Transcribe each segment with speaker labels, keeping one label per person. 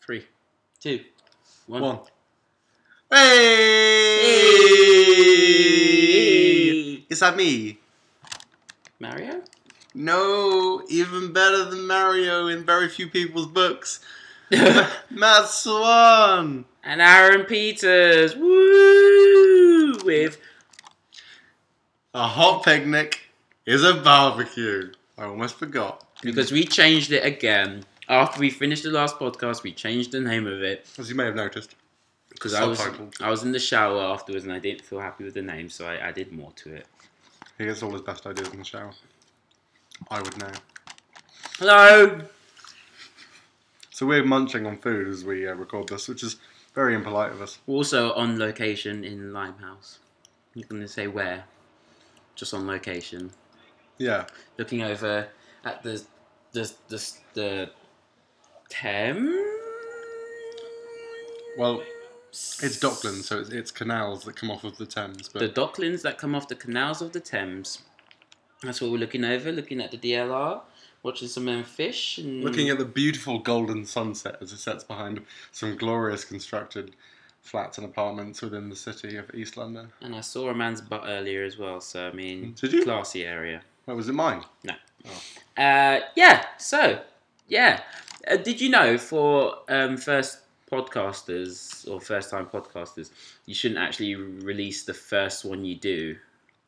Speaker 1: Three.
Speaker 2: Two.
Speaker 1: One.
Speaker 3: Hey! It's not me.
Speaker 1: Mario?
Speaker 3: No, even better than Mario in very few people's books.
Speaker 1: and
Speaker 3: Matt Swan.
Speaker 1: Aaron Peters. Woo! With
Speaker 3: A hot picnic is a barbecue. I almost forgot.
Speaker 1: because we changed it again. After we finished the last podcast, we changed the name of it
Speaker 3: As you may have noticed.
Speaker 1: because I was
Speaker 3: Subtitled.
Speaker 1: I was in the shower afterwards and I didn't feel happy with the name, so I added more to it.
Speaker 3: He gets all his best ideas in the shower. I would know.
Speaker 1: Hello.
Speaker 3: So we're munching on food as we uh, record this, which is very impolite of us.
Speaker 1: Also on location in Limehouse. You're gonna say where? Just on location.
Speaker 3: Yeah.
Speaker 1: looking over at the the the, the Thames.
Speaker 3: Well, it's Docklands, so it's, it's canals that come off of the Thames. But
Speaker 1: The Docklands that come off the canals of the Thames. That's what we're looking over, looking at the DLR, watching some um, fish and
Speaker 3: looking at the beautiful golden sunset as it sets behind some glorious constructed flats and apartments within the city of East London.
Speaker 1: And I saw a man's butt earlier as well, so I mean,
Speaker 3: Did you?
Speaker 1: classy area.
Speaker 3: What was it mine?
Speaker 1: Uh, yeah. So, yeah. Uh, did you know for um, first podcasters or first time podcasters, you shouldn't actually release the first one you do.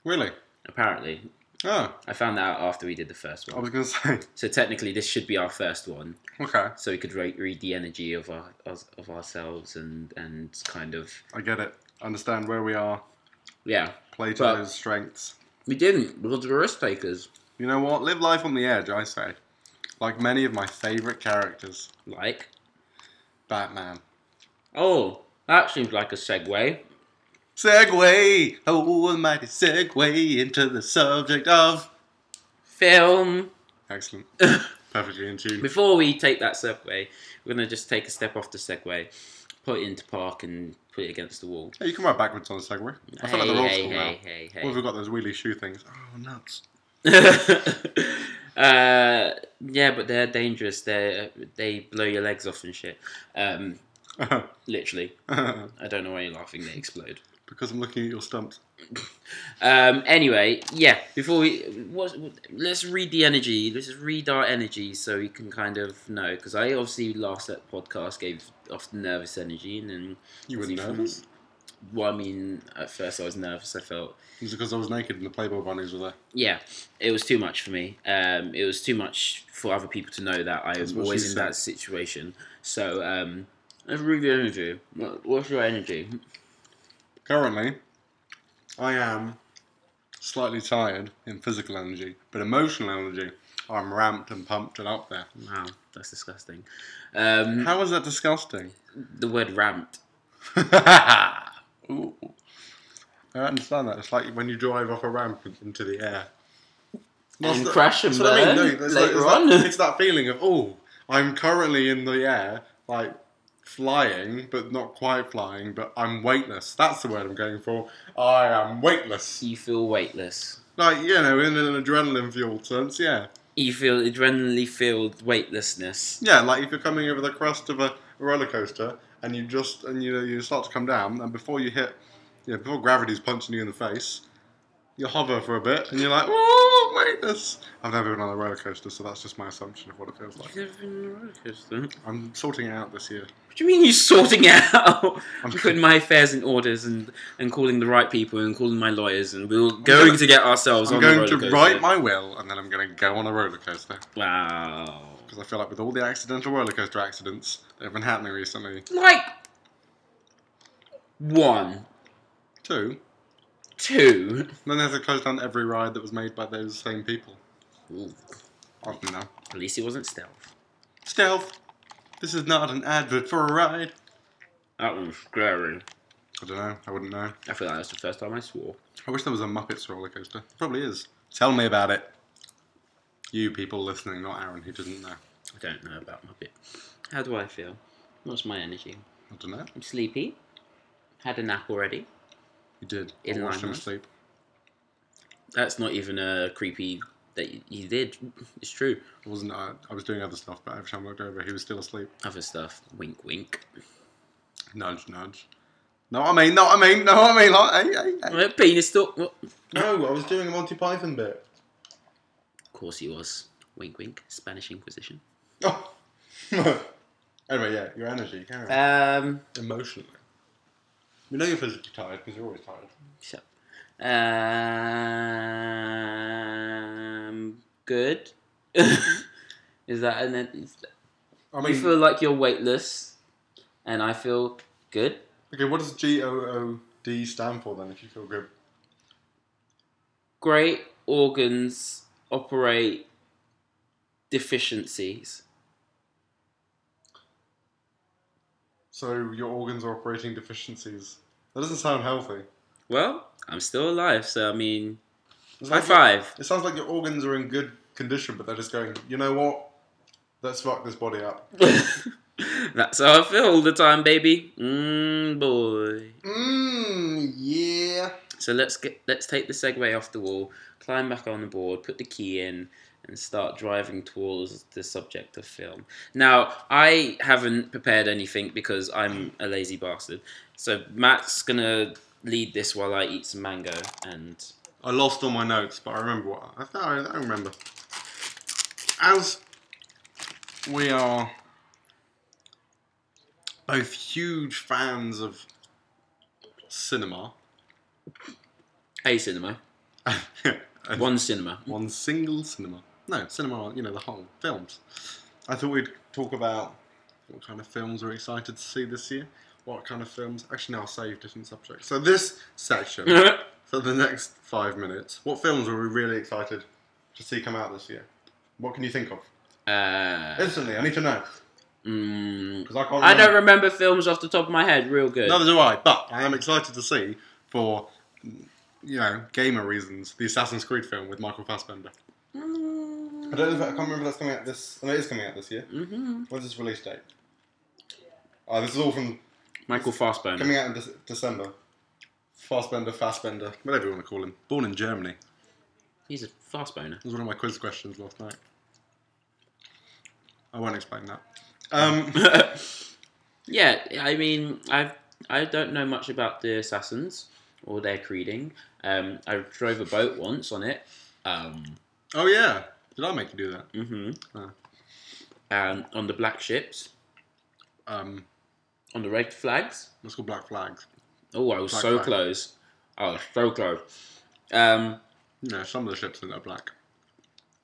Speaker 3: Really?
Speaker 1: Apparently,
Speaker 3: Oh,
Speaker 1: I found that out after we did the first
Speaker 3: I
Speaker 1: one.
Speaker 3: was going to say.
Speaker 1: So technically, this should be our first one,
Speaker 3: Okay,
Speaker 1: so we could re- read the energy of our of, of ourselves and and kind of
Speaker 3: I get it. Understand where we are,
Speaker 1: yeah.
Speaker 3: play to
Speaker 1: But-
Speaker 3: those strengths.
Speaker 1: We didn't because we're risk takers.
Speaker 3: You know what? Live life on the edge, I say. Like many of my favourite characters,
Speaker 1: Like,
Speaker 3: Batman.
Speaker 1: oh, that seems like a segue.
Speaker 3: Segway! Oh, almighty segway into the subject of.
Speaker 1: Film.
Speaker 3: Excellent. Perfectly in tune.
Speaker 1: Before we take that segue, we're gonna just take a step off the segue, put it into park and put it against the wall.
Speaker 3: Hey, you can ride backwards on a segway. I feel like
Speaker 1: hey,
Speaker 3: they're old
Speaker 1: hey,
Speaker 3: school now.
Speaker 1: hey, hey, hey,
Speaker 3: What have we got those wheelie shoe things? Oh, nuts.
Speaker 1: uh, yeah, but they're dangerous. They they blow your legs off and shit. Um, literally, I don't know why you're laughing. They explode.
Speaker 3: because I'm looking at your stumps.
Speaker 1: Um, anyway, yeah. Before we, what, let's read the energy. Let's read our energy so we can kind of know. Because I obviously last at podcast gave off nervous energy, and then
Speaker 3: You were
Speaker 1: obviously from-
Speaker 3: nervous?
Speaker 1: Well, I mean, at first I was nervous. I felt
Speaker 3: It was because I was naked and the Playboy bunnies were there.
Speaker 1: yeah, it was too much for me. Um, it was too much for other people to know that I
Speaker 3: That's
Speaker 1: am
Speaker 3: what she
Speaker 1: always in
Speaker 3: said.
Speaker 1: that situation. So, um, let's read the energy. What- What's your energy?
Speaker 3: Currently, I am slightly tired in physical energy, but emotional energy, I'm ramped and pumped and up there.
Speaker 1: Wow, that's disgusting. Um,
Speaker 3: How is that disgusting?
Speaker 1: the word ramped.
Speaker 3: Ooh. I understand that. It's like when you drive off a ramp in- into the air.
Speaker 1: And
Speaker 3: That's-
Speaker 1: crash and
Speaker 3: that's what I
Speaker 1: burn
Speaker 3: mean, no, it's
Speaker 1: later
Speaker 3: like, it's,
Speaker 1: on.
Speaker 3: that, it's that feeling of, oh, I'm currently in the air, like flying, but not quite flying, but I'm weightless. That's the word I'm going for. I am weightless.
Speaker 1: You feel weightless.
Speaker 3: Like, you know, in an adrenaline fueled sense, yeah.
Speaker 1: You feel adrenaline filled weightlessness.
Speaker 3: Yeah, like if you're coming over the crest of a roller coaster and you just and you know you start to come down and before you hit yeah, before gravity's punching you in the face, you hover for a bit and you're like, Oh wait this I've never been on a roller coaster, so that's just my assumption of what it feels
Speaker 1: You've
Speaker 3: like.
Speaker 1: never been on a roller coaster. What
Speaker 3: I'm sorting it out this year.
Speaker 1: do you mean you're sorting it out?
Speaker 3: I'm
Speaker 1: I'm putting my affairs in orders and, and calling the right people and calling my lawyers and we're going to get ourselves
Speaker 3: I'm
Speaker 1: on
Speaker 3: going
Speaker 1: the
Speaker 3: to
Speaker 1: roller coaster.
Speaker 3: write my will and then I'm gonna go on a roller coaster.
Speaker 1: Wow.
Speaker 3: Because I feel like with all the accidental roller coaster accidents that have been happening recently,
Speaker 1: Like one,
Speaker 3: two,
Speaker 1: two.
Speaker 3: then they have to close down every ride that was made by those same people.
Speaker 1: Ooh,
Speaker 3: I don't know.
Speaker 1: at least it wasn't stealth.
Speaker 3: Stealth. This is not an advert for a ride.
Speaker 1: That was scary.
Speaker 3: I don't know. I wouldn't know.
Speaker 1: I feel like that's the first time I swore.
Speaker 3: I wish there was a Muppets roller coaster. Probably is. Tell me about it. You people listening, not Aaron, who doesn't know. I
Speaker 1: I don't know about Muppet. How do I feel? What's my energy?
Speaker 3: don't know.
Speaker 1: I'm sleepy. Had a nap already.
Speaker 3: You did.
Speaker 1: In
Speaker 3: I watched
Speaker 1: line,
Speaker 3: him
Speaker 1: huh?
Speaker 3: sleep.
Speaker 1: That's not even a creepy that y- you did. It's true.
Speaker 3: I wasn't. I, I was doing other stuff, but every time I looked over, he was still asleep.
Speaker 1: Other stuff. Wink, wink.
Speaker 3: Nudge, nudge. No, I mean, no, I mean, no, I mean, like, hey, hey, hey.
Speaker 1: Uh, Penis talk. Well,
Speaker 3: No, I was doing a Monty Python bit.
Speaker 1: of course he was. Wink, wink. Spanish Inquisition.
Speaker 3: Oh. anyway, yeah, your energy, carry on.
Speaker 1: Um,
Speaker 3: emotionally. We know you're physically tired because you're always tired.
Speaker 1: shut up. Um, good. is that and then is that-
Speaker 3: I
Speaker 1: you
Speaker 3: mean,
Speaker 1: feel like you're weightless, and I feel good.
Speaker 3: okay, what does G O O D stand for then? If you feel good,
Speaker 1: Great organs operate deficiencies.
Speaker 3: so your organs are operating deficiencies. That doesn't sound healthy.
Speaker 1: Well, I'm still alive, so I mean,
Speaker 3: It's
Speaker 1: high
Speaker 3: like your-
Speaker 1: five.
Speaker 3: It sounds like your organs are in good condition, but they're just going. You know what? Let's fuck this body up.
Speaker 1: That's how I feel all the time, baby. Mmm, boy.
Speaker 3: Mmm. Yeah.
Speaker 1: So let's get let's take the Segway off the wall, climb back on the board, put the key in, and start driving towards the subject of film. Now I haven't prepared anything because I'm a lazy bastard. So Matt's gonna lead this while I eat some mango and
Speaker 3: I lost all my notes, but I remember what I thought. I, I remember. As we are both huge fans of cinema,
Speaker 1: a cinema,
Speaker 3: and
Speaker 1: one cinema.
Speaker 3: one single cinema. No, cinema. You know the whole films. I thought we'd talk about what kind of films we're excited to see this year. What kind of films? Actually, no, I'll save different subjects. So this section for the next five minutes, what films are we really excited to see come out this year? What can you think of?
Speaker 1: uh,
Speaker 3: Instantly, I need to know
Speaker 1: mm,
Speaker 3: because I can't.
Speaker 1: I don't
Speaker 3: remember.
Speaker 1: remember films off the top of my head. Real good.
Speaker 3: Neither do I. But I am excited to see for you know gamer reasons the Assassin's Creed film with Michael Fassbender.
Speaker 1: Mm.
Speaker 3: I don't know if I can't remember if that's coming out this. No, it is coming out this year.
Speaker 1: hmm
Speaker 3: When's its release date? Oh, this is all from
Speaker 1: Michael Fassbender.
Speaker 3: coming out in Dec- December. Fassbender, Fassbender, whatever you want to call him. Born in Germany.
Speaker 1: He's a fast boner.
Speaker 3: It was one of my quiz questions last night. I won't explain that. Um,
Speaker 1: yeah, I mean, I I don't know much about the assassins or their creeding. Um, I drove a boat once on it. Um,
Speaker 3: oh yeah, did I make you do that?
Speaker 1: hmm
Speaker 3: Ah.
Speaker 1: um, on the black ships,
Speaker 3: Um,
Speaker 1: on the red flags.
Speaker 3: what's called Black Flags?
Speaker 1: Oh, I was
Speaker 3: Black
Speaker 1: so
Speaker 3: flag.
Speaker 1: close. I was so close. Um,
Speaker 3: No, some of the ships in it are black.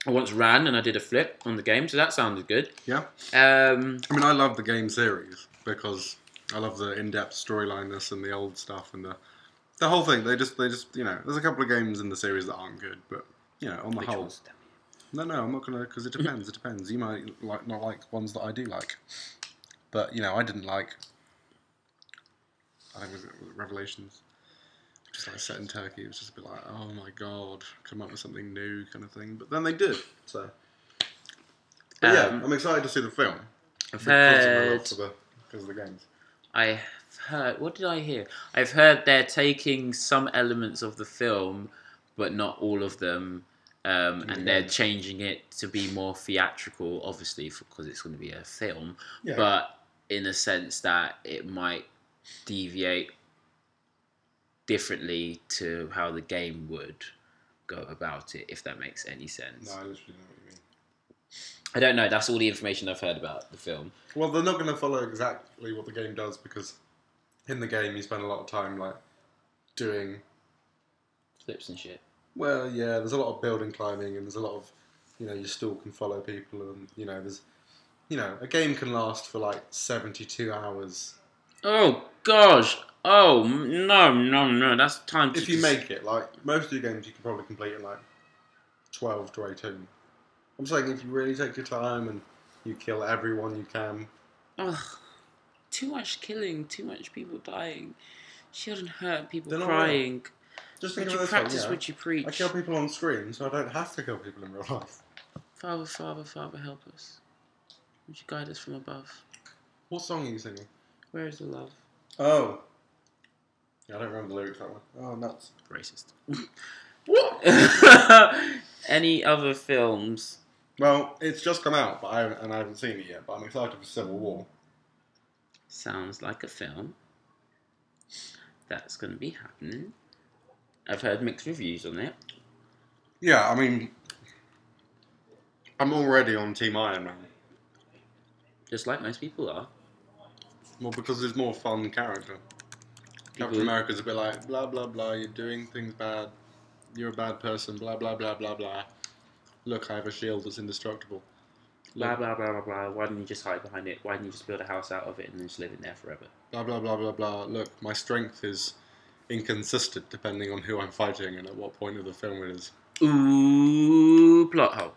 Speaker 1: I once ran and I did a flip on the game, so that sounded good.
Speaker 3: Yeah,
Speaker 1: Um,
Speaker 3: I mean, I love the game series because I love the in-depth storylineness and the old stuff and the the whole thing. They just, they just, you know, there's a couple of games in the series that aren't good, but you know, on the
Speaker 1: which
Speaker 3: whole,
Speaker 1: ones?
Speaker 3: No, no, I'm not gonna because it depends. it depends. You might like not like ones that I do like, but you know, I didn't like. I think it was, was it Revelations, which is like set in Turkey. It was just a bit like, oh my god, come up with something new kind of thing. But then they did. So But
Speaker 1: Um,
Speaker 3: yeah, I'm excited to see the film
Speaker 1: I've
Speaker 3: because of, my
Speaker 1: heard
Speaker 3: love for the, because of the games.
Speaker 1: I've heard. What did I hear? I've heard they're taking some elements of the film, but not all of them, um, and they're
Speaker 3: Yeah.
Speaker 1: changing it to be more theatrical, obviously, because it's going to be a film.
Speaker 3: Yeah.
Speaker 1: But in a sense that it might deviate differently to how the game would go about it, if that makes any sense.
Speaker 3: no, I literally know what you mean.
Speaker 1: I don't know. That's all the information I've heard about the film.
Speaker 3: Well, they're not going to follow exactly what the game does because in the game you spend a lot of time like doing
Speaker 1: Flips and shit.
Speaker 3: Well, yeah, there's a lot of building climbing, and there's a lot of, you know, you still can follow people, and you know, there's, you know, a game can last for like seventy-two hours
Speaker 1: Oh gosh! Oh m- no, no, no! That's time to.
Speaker 3: if you
Speaker 1: dis-
Speaker 3: make it. Like most of the games, you can probably complete in like twelve to eighteen. I'm saying if you really take your time and you kill everyone you can.
Speaker 1: Ugh. too much killing, too much people dying, children hurt, people
Speaker 3: They're not
Speaker 1: crying.
Speaker 3: Just think
Speaker 1: Would you
Speaker 3: of it this
Speaker 1: practice
Speaker 3: way,
Speaker 1: what you
Speaker 3: yeah. I
Speaker 1: preach?
Speaker 3: kill people on screen, so I don't have to kill people in real life.
Speaker 1: Father, Father, Father, help us. Would you guide us from above?
Speaker 3: What song are you singing?
Speaker 1: Where is the love?
Speaker 3: Oh. Yeah, I don't remember the lyrics that one. Oh, nuts.
Speaker 1: Racist. what? any other films?
Speaker 3: Well, it's just come out, but I haven't, and I haven't seen it yet. But I'm excited for Civil War.
Speaker 1: Sounds like a film that's going to be happening. I've heard mixed reviews on it.
Speaker 3: Yeah, I mean, I'm already on Team Iron Man.
Speaker 1: Just like most people are.
Speaker 3: Well, because there's more fun character. Captain
Speaker 1: People-
Speaker 3: America's a bit like blah blah blah. You're doing things bad. You're a bad person. Blah blah blah blah blah. Look, I have a shield that's indestructible.
Speaker 1: Blah
Speaker 3: Look,
Speaker 1: blah blah blah blah. Why didn't you just hide behind it? Why didn't you just build a house out of it and then just live in there forever?
Speaker 3: blah blah blah blah blah. Look, my strength is inconsistent depending on who I'm fighting and at what point of the film it is.
Speaker 1: Ooh, plot hole.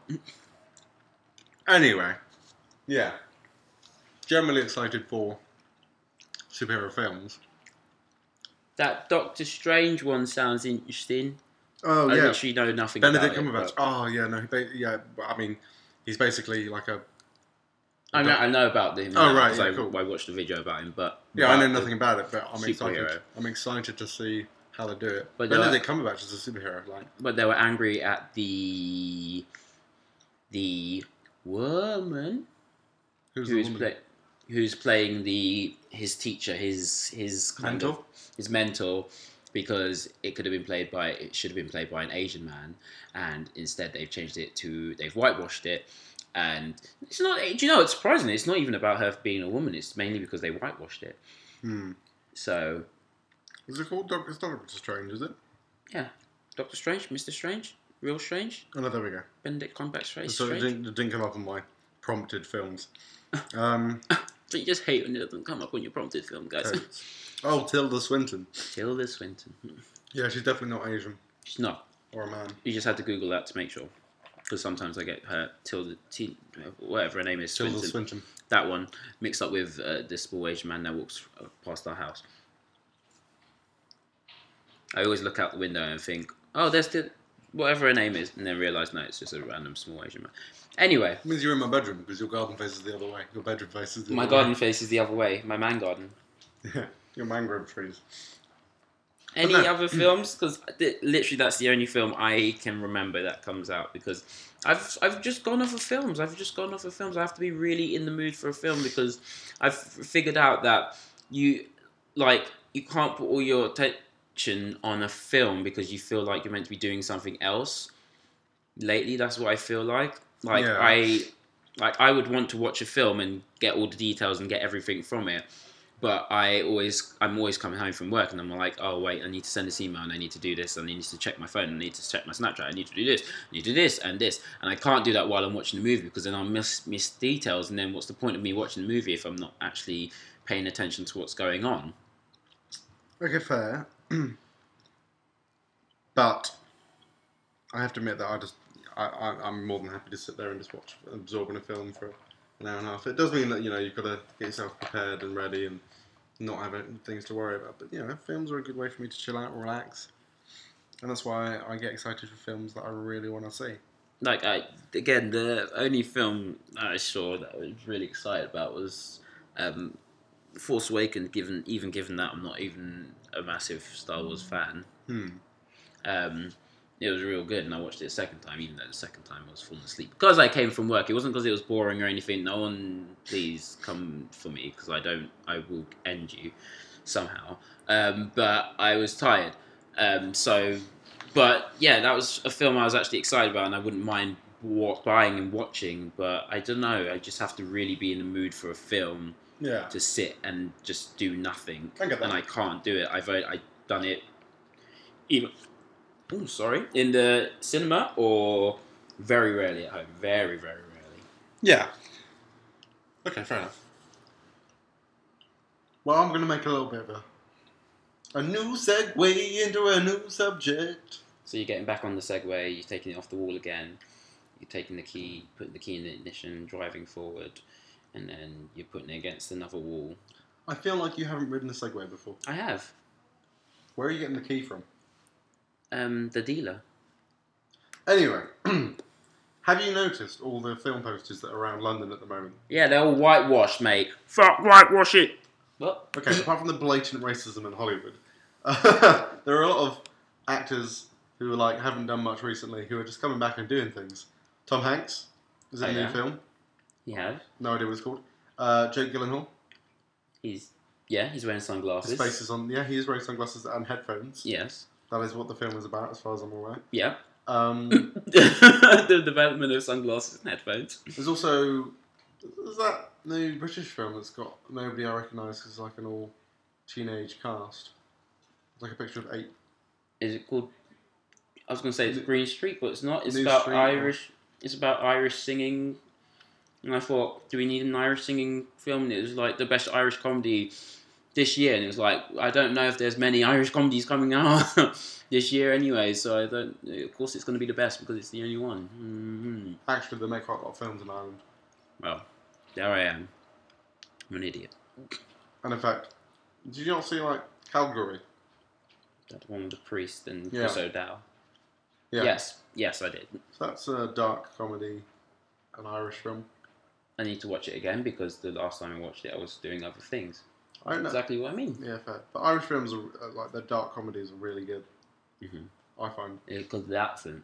Speaker 3: Anyway, yeah. Generally excited for superhero films.
Speaker 1: That Doctor Strange one sounds interesting.
Speaker 3: Oh
Speaker 1: I literally know nothing
Speaker 3: Benedict
Speaker 1: about
Speaker 3: Cumberbatch.
Speaker 1: it. but-
Speaker 3: Oh yeah, no, he ba- yeah. but I mean, he's basically like a
Speaker 1: I know, I know about him.
Speaker 3: Oh,
Speaker 1: now,
Speaker 3: right,
Speaker 1: 'cause
Speaker 3: yeah,
Speaker 1: I,
Speaker 3: cool.
Speaker 1: I watched a video about him, but
Speaker 3: yeah. I
Speaker 1: but
Speaker 3: know nothing about it, but I'm excited.
Speaker 1: superhero.
Speaker 3: I'm excited to see how they do it.
Speaker 1: But uh, they're
Speaker 3: Benedict Cumberbatch is a superhero. Like,
Speaker 1: But they were angry at the the woman
Speaker 3: who's the
Speaker 1: who's
Speaker 3: woman?
Speaker 1: play, who's playing the his teacher, his his kind
Speaker 3: Mentor?
Speaker 1: of his mentor, because it could have been played by it should have been played by an Asian man, and instead they've changed it to they've whitewashed it, and it's not. Do you know? It's surprising. It's not even about her being a woman. It's mainly because they whitewashed it.
Speaker 3: Hmm.
Speaker 1: So
Speaker 3: Is it called Doctor? It's not Doctor Strange, is it?
Speaker 1: yeah, Doctor Strange, Mister Strange, Real Strange,
Speaker 3: Oh no, there we go.
Speaker 1: Benedict Cumberbatch,
Speaker 3: so it
Speaker 1: Strange.
Speaker 3: didn't, it didn't come up on my prompted films. Um,
Speaker 1: But you just hate when it doesn't come up when you're prompted film, guys.
Speaker 3: okay. Oh, Tilda Swinton.
Speaker 1: Tilda Swinton.
Speaker 3: Yeah, she's definitely not Asian
Speaker 1: She's not.
Speaker 3: or a man.
Speaker 1: You just had to Google that to make sure. Because sometimes I get her Tilda, T, whatever her name is,
Speaker 3: Tilda
Speaker 1: Swinton,
Speaker 3: Swinton.
Speaker 1: that one, mixed up with uh, this small Asian man that walks uh, past our house. I always look out the window and think, oh, there's the, whatever her name is, and then realise, no, it's just a random small Asian man. Anyway,
Speaker 3: It means you're in my bedroom because your garden faces the other way. Your bedroom faces the
Speaker 1: my
Speaker 3: other
Speaker 1: garden faces the other way, my man garden.
Speaker 3: way. Yeah, your mangrove trees.
Speaker 1: Any
Speaker 3: no.
Speaker 1: other films? Because literally, that's the only film I can remember that comes out. Because I've I've just gone off of films. I've just gone off of films. I have to be really in the mood for a film because I've f- figured out that you like you can't put all your attention on a film because you feel like you're meant to be doing something else. Lately, that's what I feel like. Like
Speaker 3: Yeah.
Speaker 1: I like I would want to watch a film and get all the details and get everything from it but I always I'm always coming home from work and I'm like, oh wait, I need to send this email and I need to do this and I need to check my phone, I need to check my Snapchat, I need to do this, I need to do this and this, and I can't do that while I'm watching the movie because then I'll miss miss details and then what's the point of me watching the movie if I'm not actually paying attention to what's going on?
Speaker 3: Okay, fair. but I have to admit that I just I, I I'm more than happy to sit there and just watch absorbing a film for an hour and a half. It does mean that you know you've got to get yourself prepared and ready and not have any things to worry about. But you know, films are a good way for me to chill out, relax, and that's why I get excited for films that I really want to see.
Speaker 1: Like I again, the only film I saw that I was really excited about was um, Force Awakens. Given even given that I'm not even a massive Star Wars fan.
Speaker 3: Hmm.
Speaker 1: um, it was real good, and I watched it a second time, even though the second time I was falling asleep because I came from work. It wasn't because it was boring or anything. No one, please come for me because I don't. I will end you somehow. Um, but I was tired, um, so. But yeah, that was a film I was actually excited about, and I wouldn't mind wa- buying and watching. But I don't know. I just have to really be in the mood for a film
Speaker 3: Yeah.
Speaker 1: to sit and just do nothing
Speaker 3: I get that.
Speaker 1: and I can't do it. I've o- I done it even oh sorry in the cinema or very rarely at home. Very very rarely.
Speaker 3: Yeah. Okay, fair enough. Well, I'm going to make a little bit of a, a new segue into a new subject.
Speaker 1: So you're getting back on the Segway. You're taking it off the wall again. You're taking the key, putting the key in the ignition, driving forward, and then you're putting it against another wall.
Speaker 3: I feel like you haven't ridden a segue before.
Speaker 1: I have
Speaker 3: Where are you getting the key from?
Speaker 1: um, the dealer.
Speaker 3: Anyway, have you noticed all the film posters that are around London at the moment?
Speaker 1: Yeah, they're all whitewashed, mate.
Speaker 2: Fuck whitewash it.
Speaker 1: What?
Speaker 3: Okay, apart from the blatant racism in Hollywood, there are a lot of actors who were like haven't done much recently, who are just coming back and doing things. Tom Hanks is in
Speaker 1: Oh,
Speaker 3: a new
Speaker 1: yeah?
Speaker 3: film.
Speaker 1: You have.
Speaker 3: No idea what it's called. Uh, Jake Gyllenhaal.
Speaker 1: He's yeah. He's wearing
Speaker 3: His
Speaker 1: sunglasses.
Speaker 3: face is on. Yeah, he is wearing sunglasses and headphones.
Speaker 1: Yes.
Speaker 3: That is what the film is about, as far as I'm aware.
Speaker 1: Yeah.
Speaker 3: Um,
Speaker 1: the development of sunglasses and headphones.
Speaker 3: there's also is that new British film that's got nobody I recognise because like an all teenage cast. It's like a picture of eight.
Speaker 1: Is it called? I was gonna say it's
Speaker 3: New-
Speaker 1: Green Street, but it's not. It's
Speaker 3: New
Speaker 1: about
Speaker 3: Street,
Speaker 1: Irish. It's about Irish singing. And I thought, do we need an Irish singing film? And it was like the best Irish comedy this year. And it was like, I don't know if there's many Irish comedies coming out this year anyway. So I don't. Of course, it's going to be the best because it's the only one. hmm
Speaker 3: Actually, they make quite a lot of films in Ireland.
Speaker 1: Well, there I am. I'm an idiot.
Speaker 3: And in fact, did you not see like Calgary?
Speaker 1: That one with the priest and
Speaker 3: Yeah.
Speaker 1: Chris O'Dowd. Yes, yes, I did.
Speaker 3: So that's a dark comedy, an Irish film.
Speaker 1: I need to watch it again because the last time I watched it, I was doing other things.
Speaker 3: I don't know.
Speaker 1: Exactly what I mean.
Speaker 3: Yeah, fair. But Irish films are uh, like their dark comedies are really good.
Speaker 1: Mhm.
Speaker 3: I find.
Speaker 1: Because of the accent.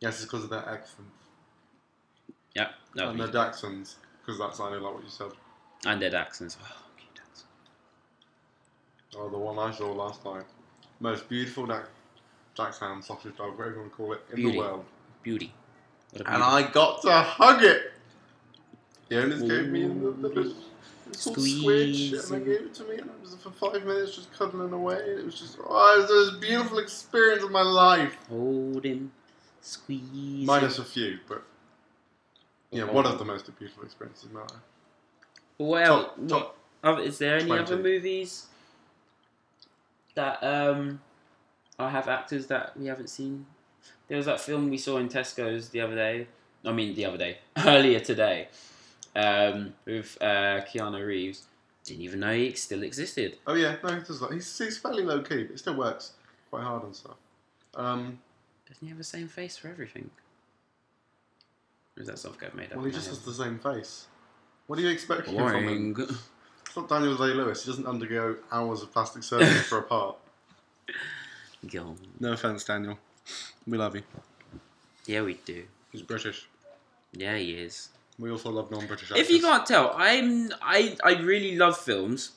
Speaker 3: Yes, it's because of their accents
Speaker 1: Yeah, that
Speaker 3: and
Speaker 1: was
Speaker 3: their
Speaker 1: me.
Speaker 3: Daxons, because that's I know like what you said.
Speaker 1: and their accents. Oh, cute accents.
Speaker 3: Oh, the one I saw last night. Most beautiful Dax Daxhound sausage dog, whatever you want to call it, in
Speaker 1: Beauty.
Speaker 3: the world.
Speaker 1: Beauty. What a
Speaker 3: And
Speaker 1: beauty.
Speaker 3: I got to hug it. The owners gave me the, the, the it's called
Speaker 1: Squeeze.
Speaker 3: squidge, and they gave it to me, and it was for five minutes just cuddling away. And it was just, oh, it was the most beautiful experience of my life.
Speaker 1: Hold him. Squeeze.
Speaker 3: Minus
Speaker 1: him.
Speaker 3: a few, but yeah,
Speaker 1: Oh.
Speaker 3: one of the most beautiful experiences in my life.
Speaker 1: But what else?
Speaker 3: Top,
Speaker 1: what,
Speaker 3: top.
Speaker 1: other- is there any
Speaker 3: 20.
Speaker 1: other movies that um, I have actors that we haven't seen? There was that film we saw in Tesco's the other day. I mean, the other day, earlier today, um, with uh, Keanu Reeves. Didn't even know he still existed.
Speaker 3: Oh yeah, no, he does that. He's, he's fairly low key, but it still works quite hard and stuff. Um,
Speaker 1: Doesn't he have the same face for everything? Or is that something I've made up?
Speaker 3: well, he
Speaker 1: in my
Speaker 3: just has
Speaker 1: head?
Speaker 3: the same face. What do you expect from him?
Speaker 1: Boring.
Speaker 3: It's not Daniel Day Lewis. He doesn't undergo hours of plastic surgery for a part.
Speaker 1: Go.
Speaker 3: No offense, Daniel. We love you.
Speaker 1: Yeah, we do.
Speaker 3: He's British.
Speaker 1: Yeah, he is.
Speaker 3: We also love non-British actors.
Speaker 1: If you can't tell, I'm I I really love films,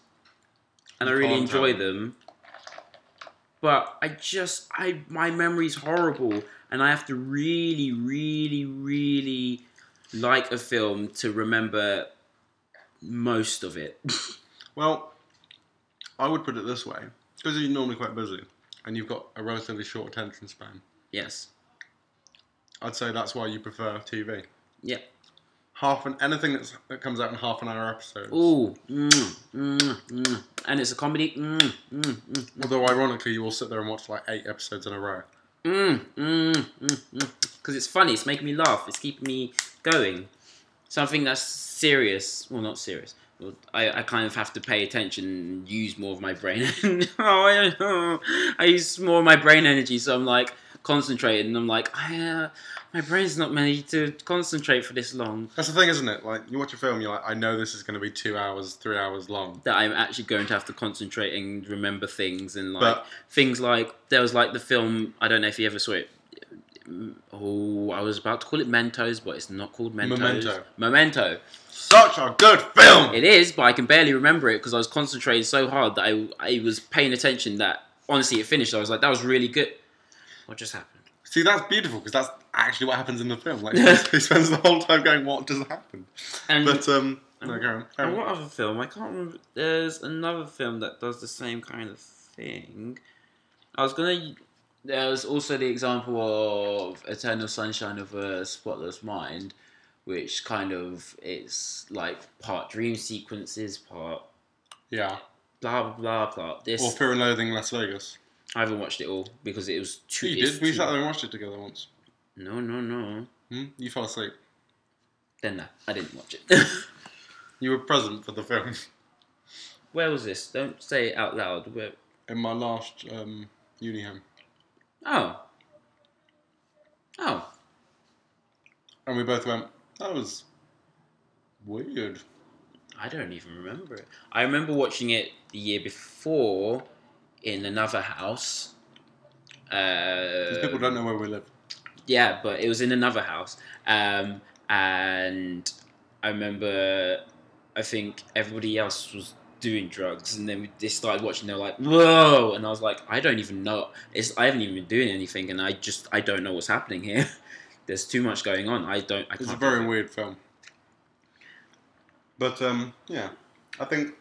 Speaker 1: and
Speaker 3: You
Speaker 1: I really
Speaker 3: can't
Speaker 1: enjoy
Speaker 3: tell.
Speaker 1: them. But I just I my memory's horrible, and I have to really, really, really like a film to remember most of it.
Speaker 3: Well, I would put it this way: because you're normally quite busy and you've got a relatively short attention span,
Speaker 1: yes.
Speaker 3: I'd say that's why you prefer TV.
Speaker 1: Yeah.
Speaker 3: Half an anything that's, that comes out in half an hour episodes.
Speaker 1: Ooh. Mm, mm, mm. And it's a comedy. Mm, mm, mm,
Speaker 3: Although ironically, you will sit there and watch like eight episodes in a row.
Speaker 1: Mm, mm, mm, mm. Because it's funny, it's making me laugh, it's keeping me going. Something that's serious, well, not serious. Well, I, I kind of have to pay attention and use more of my brain. oh, I, I use more of my brain energy, so I'm like concentrating. And I'm like, I, uh, my brain's not made to concentrate for this long.
Speaker 3: That's the thing, isn't it? Like you watch a film, you're like, I know this is going to be two hours, three hours long.
Speaker 1: that I'm actually going to have to concentrate and remember things and like
Speaker 3: But-
Speaker 1: things like there was like the film I don't know if you ever saw it. Mm, Oh, I was about to call it Mentos, but it's not called Mentos.
Speaker 3: Memento.
Speaker 1: Memento.
Speaker 3: Such a good film.
Speaker 1: It is, but I can barely remember it because I was concentrating so hard that I I was paying attention that honestly it finished. I was like, that was really good. What just happened?
Speaker 3: See, that's beautiful because that's actually what happens in the film. Like he spends the whole time going, "What just happened?"
Speaker 1: And
Speaker 3: But um, no, go on. Go
Speaker 1: And
Speaker 3: on.
Speaker 1: what other film? I can't remember. There's another film that does the same kind of thing. I was gonna. There was also the example of Eternal Sunshine of a Spotless Mind, which kind of it's like part dream sequences, part
Speaker 3: Yeah.
Speaker 1: blah blah blah blah. This
Speaker 3: Or Fear and Loathing in Las Vegas.
Speaker 1: I haven't watched it all because it was too.
Speaker 3: You
Speaker 1: it's
Speaker 3: did. We
Speaker 1: too-
Speaker 3: sat there and watched it together once.
Speaker 1: No, no, no.
Speaker 3: Hmm? You fell asleep.
Speaker 1: Then no, I didn't watch it.
Speaker 3: You were present for the film.
Speaker 1: Where was this? Don't say it out loud. Where?
Speaker 3: In my last um, uni home.
Speaker 1: Oh. Oh.
Speaker 3: And we both went, that was weird.
Speaker 1: I don't even remember it. I remember watching it the year before in another house. Uh,
Speaker 3: Because people
Speaker 1: Um,
Speaker 3: don't know where we live.
Speaker 1: yeah, but it was in another house. Um, and I remember, I think everybody else was doing drugs, and then we- they started watching. They were like, "Whoa!" And I was like, "I don't even know. It's I haven't even been doing anything, and I just I don't know what's happening here. There's too much going on. I don't. I
Speaker 3: It's a
Speaker 1: can't
Speaker 3: very weird film. But um, yeah, I think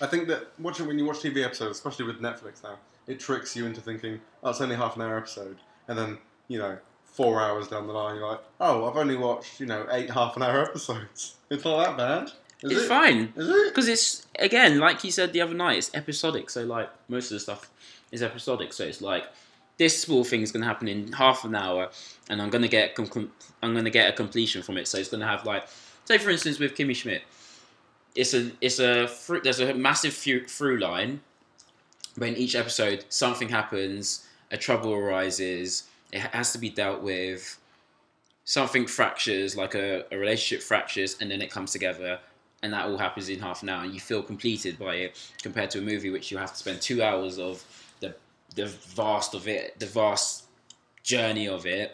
Speaker 3: I think that watching when you watch TV episodes, especially with Netflix now, it tricks you into thinking, "Oh, it's only half an hour episode," and then you know, four hours down the line, you're like, "Oh, I've only watched you know eight half an hour episodes. It's not that bad, is
Speaker 1: It's
Speaker 3: it?
Speaker 1: fine.
Speaker 3: Is it?
Speaker 1: because it's again like you said the other night it's episodic so like most of the stuff is episodic so it's like this small thing's going to happen in half an hour and i'm going to get com- com- i'm going to get a completion from it so it's going to have like say for instance with kimmy schmidt it's a it's a fr- there's a massive through, through line but in each episode something happens a trouble arises it ha- has to be dealt with something fractures like a, a relationship fractures and then it comes together and that all happens in half an hour and you feel completed by it compared to a movie which you have to spend two hours of the the vast of it the vast journey of it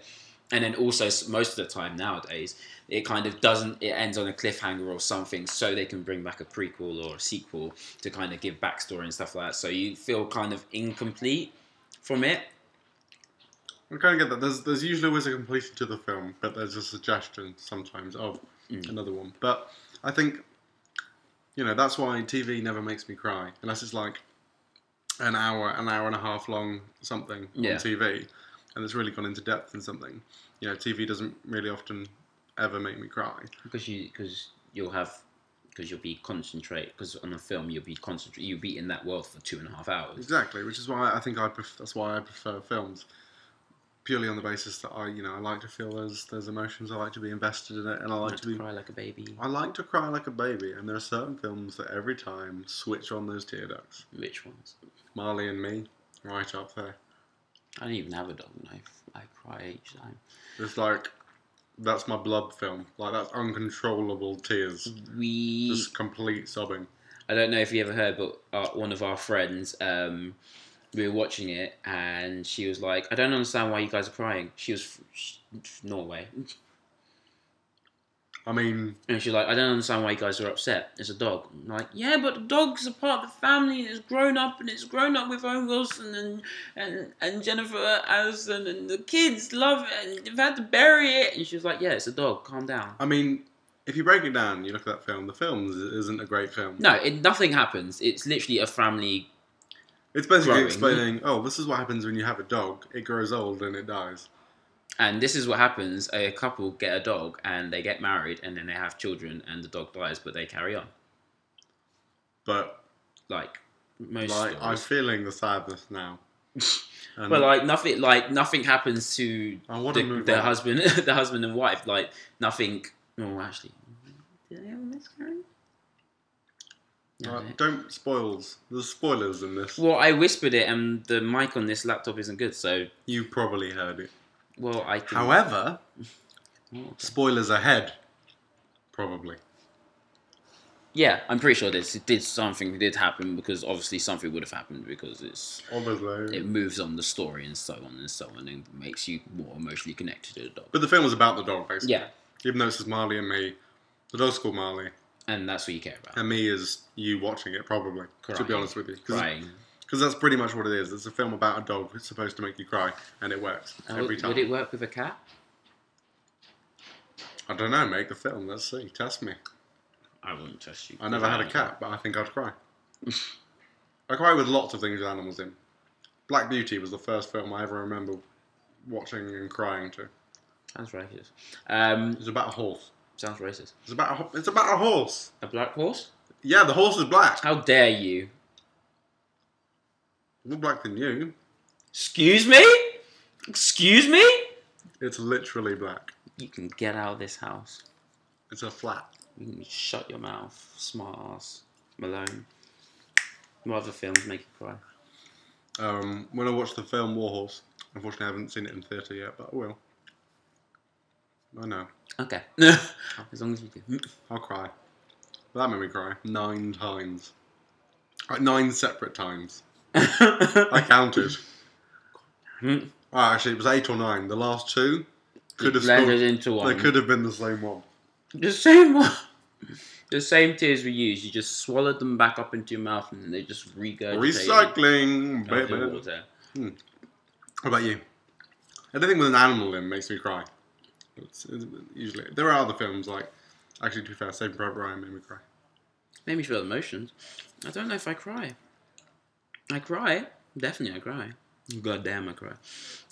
Speaker 1: and then also s- most of the time nowadays it kind of doesn't it ends on a cliffhanger or something so they can bring back a prequel or a sequel to kind of give backstory and stuff like that so you feel kind of incomplete from it
Speaker 3: I kind of get that. There's there's usually always a completion to the film, but there's a suggestion sometimes of
Speaker 1: Mm.
Speaker 3: another one. But I think you know that's why TV never makes me cry unless it's like an hour, an hour and a half long something
Speaker 1: Yeah.
Speaker 3: on TV, and it's really gone into depth in something. You know, TV doesn't really often ever make me cry.
Speaker 1: because you because you'll have because you'll be concentrate because on a film you'll be concentrate you'll be in that world for two and a half hours
Speaker 3: Exactly, which is why I think I pref- that's why I prefer films purely on the basis that I you know I like to feel those those emotions. I like to be invested in it, and I like to be
Speaker 1: cry like a baby
Speaker 3: I like to cry like a baby, and there are certain films that every time switch on those tear ducts.
Speaker 1: Which ones?
Speaker 3: Marley and Me, right up there.
Speaker 1: I don't even have a dog knife. I cry each time.
Speaker 3: It's like that's my blood film. Like that's uncontrollable tears,
Speaker 1: We.
Speaker 3: just complete sobbing.
Speaker 1: I don't know if you ever heard, but uh, one of our friends, um, we were watching it, and she was like, "I don't understand why you guys are crying." She was f- sh- f- Norway,
Speaker 3: I mean,
Speaker 1: and she's like, "I don't understand why you guys are upset. It's a dog." I'm like, "Yeah, but the dog's a part of the family, and it's grown up, and it's grown up with Owen Wilson and and and Jennifer Aniston, and the kids love it, and they've had to bury it." And she was like, "Yeah, it's a dog. Calm down."
Speaker 3: I mean, if you break it down, you look at that film. The film is- isn't a great film.
Speaker 1: No, it, nothing happens. It's literally a family
Speaker 3: It's basically
Speaker 1: Growing.
Speaker 3: explaining, oh, this is what happens when you have a dog. It grows old and it dies.
Speaker 1: And this is what happens: a couple get a dog, and they get married, and then they have children, and the dog dies, but they carry on.
Speaker 3: But
Speaker 1: Like most.
Speaker 3: like, I'm
Speaker 1: stories.
Speaker 3: feeling the sadness now. And
Speaker 1: but like nothing, like nothing happens to
Speaker 3: I want to
Speaker 1: the,
Speaker 3: move
Speaker 1: the
Speaker 3: on.
Speaker 1: husband, the husband and wife. Like nothing. Well, actually, did they have a miscarriage? No,
Speaker 3: Uh,
Speaker 1: no.
Speaker 3: don't spoils. There's spoilers in this.
Speaker 1: Well, I whispered it, and the mic on this laptop isn't good. So,
Speaker 3: You probably heard it.
Speaker 1: well, I can.
Speaker 3: However,
Speaker 1: Oh,
Speaker 3: spoilers ahead. Probably.
Speaker 1: yeah, I'm pretty sure this did something did happen because obviously something would have happened because it's
Speaker 3: Obviously.
Speaker 1: it moves on the story and so on and so on and makes you more emotionally connected to the dog.
Speaker 3: but the film was about the dog, basically.
Speaker 1: Yeah,
Speaker 3: Even though it says Marley and me, the dog's called Marley,
Speaker 1: and that's what you care about.
Speaker 3: and me is you watching it, probably. To
Speaker 1: Crying.
Speaker 3: be honest with you.
Speaker 1: Crying.
Speaker 3: Because that's pretty much what it is. It's a film about a dog. It's supposed to make you cry, and it works
Speaker 1: Uh,
Speaker 3: every
Speaker 1: would,
Speaker 3: time.
Speaker 1: would it work with a cat?
Speaker 3: I don't know, make the film. Let's see. Test me.
Speaker 1: I wouldn't trust you.
Speaker 3: I never had a cat, but I think I'd cry. I cry with lots of things with animals in. Black Beauty was the first film I ever remember watching and crying to. It
Speaker 1: Sounds racist. Um,
Speaker 3: was about a horse.
Speaker 1: sounds racist.
Speaker 3: It's about a, ho- it's about a horse.
Speaker 1: A black horse?
Speaker 3: Yeah, the horse is black.
Speaker 1: How dare you?
Speaker 3: More black than you.
Speaker 1: Excuse me? Excuse me?
Speaker 3: It's literally black.
Speaker 1: You can get out of this house.
Speaker 3: It's a flat.
Speaker 1: You can shut your mouth, smart ass, Malone. What other films make you cry?
Speaker 3: Um, when I watched the film Warhorse, unfortunately I haven't seen it in theatre yet, but I will. I know.
Speaker 1: Okay. Oh, as long as you do.
Speaker 3: I'll cry. That made me cry nine times. Like nine separate times. I counted.
Speaker 1: Hmm.
Speaker 3: Ah, actually, it was eight or nine. The last two could have
Speaker 1: landed
Speaker 3: still,
Speaker 1: into one.
Speaker 3: they could have been the same one.
Speaker 1: The same one. The same tears we used. You just swallowed them back up into your mouth, and then they just regurgitated.
Speaker 3: Recycling,
Speaker 1: out the
Speaker 3: baby.
Speaker 1: water.
Speaker 3: What about you? Anything with an animal in makes me cry. It's, it's usually, there are other films like, actually, to be fair, Saving Private Ryan made me cry.
Speaker 1: Made me feel emotions. I don't know if I cry. I cry. Definitely, I cry. God damn, I cry.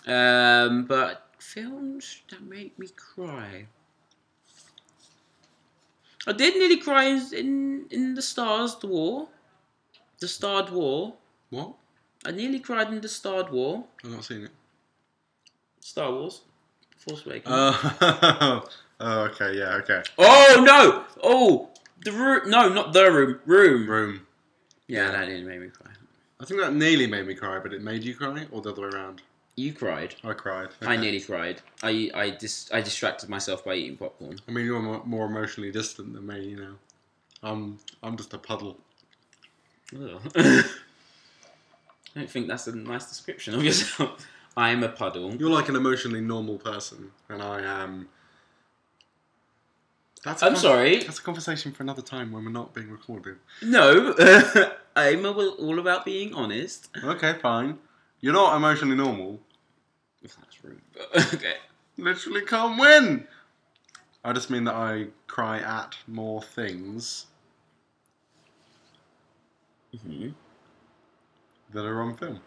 Speaker 1: Um, but films that make me cry. I did nearly cry in in, in the Stars War, the Starred War.
Speaker 3: What?
Speaker 1: I nearly cried in the Starred War,
Speaker 3: I've not seen it.
Speaker 1: Star Wars, Force Awakens.
Speaker 3: Oh, oh, okay, yeah, okay.
Speaker 1: Uh, Oh no! Oh, the room. No, not the room. Room.
Speaker 3: Room.
Speaker 1: Yeah, that didn't make me cry.
Speaker 3: I think that nearly made me cry, but it made you cry, or the other way around.
Speaker 1: You cried.
Speaker 3: I cried.
Speaker 1: I
Speaker 3: Okay.
Speaker 1: nearly cried. I I dis- I distracted myself by eating popcorn.
Speaker 3: I mean, you're mo- more emotionally distant than me, you know. I'm, I'm just a puddle.
Speaker 1: Ugh. I don't think that's a nice description of yourself. I am a puddle.
Speaker 3: You're like an emotionally normal person, and I am. That's a
Speaker 1: I'm sorry.
Speaker 3: That's a conversation for another time when we're not being recorded.
Speaker 1: No, I'm a- all about being honest.
Speaker 3: Okay, fine. You're not emotionally normal.
Speaker 1: That's rude. But okay.
Speaker 3: Literally can't win. I just mean that I cry at more things
Speaker 1: Mhm.
Speaker 3: that are on film.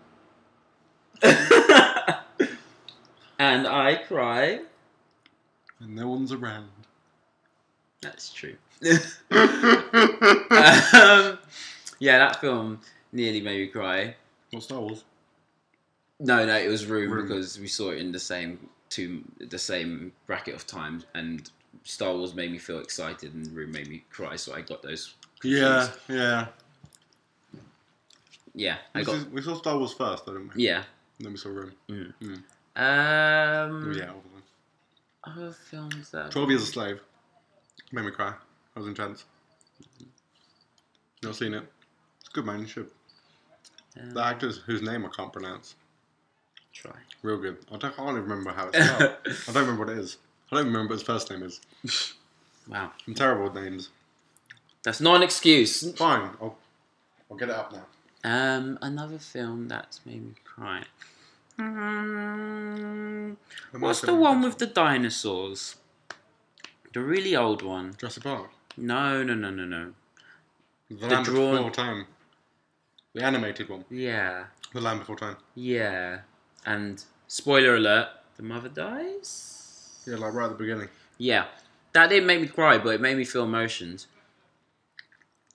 Speaker 1: and I cry.
Speaker 3: And no one's around.
Speaker 1: That's true.
Speaker 3: what
Speaker 1: um, yeah, that film nearly made me cry.
Speaker 3: Star Wars?
Speaker 1: No, no, it was Room,
Speaker 3: Room.
Speaker 1: because we saw it in the same two, the same bracket of times, and Star Wars made me feel excited, and Room made me cry. So I got those. confused.
Speaker 3: Yeah, yeah.
Speaker 1: yeah, I
Speaker 3: This
Speaker 1: got
Speaker 3: is- we saw Star Wars first, though, didn't we?
Speaker 1: yeah.
Speaker 3: Then we saw Room.
Speaker 1: Um,
Speaker 3: Oh, Yeah, all of them.
Speaker 1: Other films that
Speaker 3: Twelve Years a Slave made me cry. I was intense. Not seen it. It's good, man. You should.
Speaker 1: um,
Speaker 3: The actors whose name I can't pronounce.
Speaker 1: try.
Speaker 3: Real good. I, don't, I can't even remember how it's spelled. I don't remember what it is. I don't remember what his first name is.
Speaker 1: wow,
Speaker 3: I'm terrible with names.
Speaker 1: that's not an excuse.
Speaker 3: Fine. I'll, I'll get it up now.
Speaker 1: Um, another film that's made me cry. Hmm. What's the one with the dinosaurs? The really old one.
Speaker 3: Jurassic Park?
Speaker 1: No, no, no, no, no.
Speaker 3: The,
Speaker 1: The
Speaker 3: Land
Speaker 1: drawn-
Speaker 3: Before Time. The animated one.
Speaker 1: Yeah,
Speaker 3: The Land Before Time.
Speaker 1: yeah. And spoiler alert: the mother dies.
Speaker 3: Yeah, like right at the beginning.
Speaker 1: Yeah, that didn't make me cry, but it made me feel emotions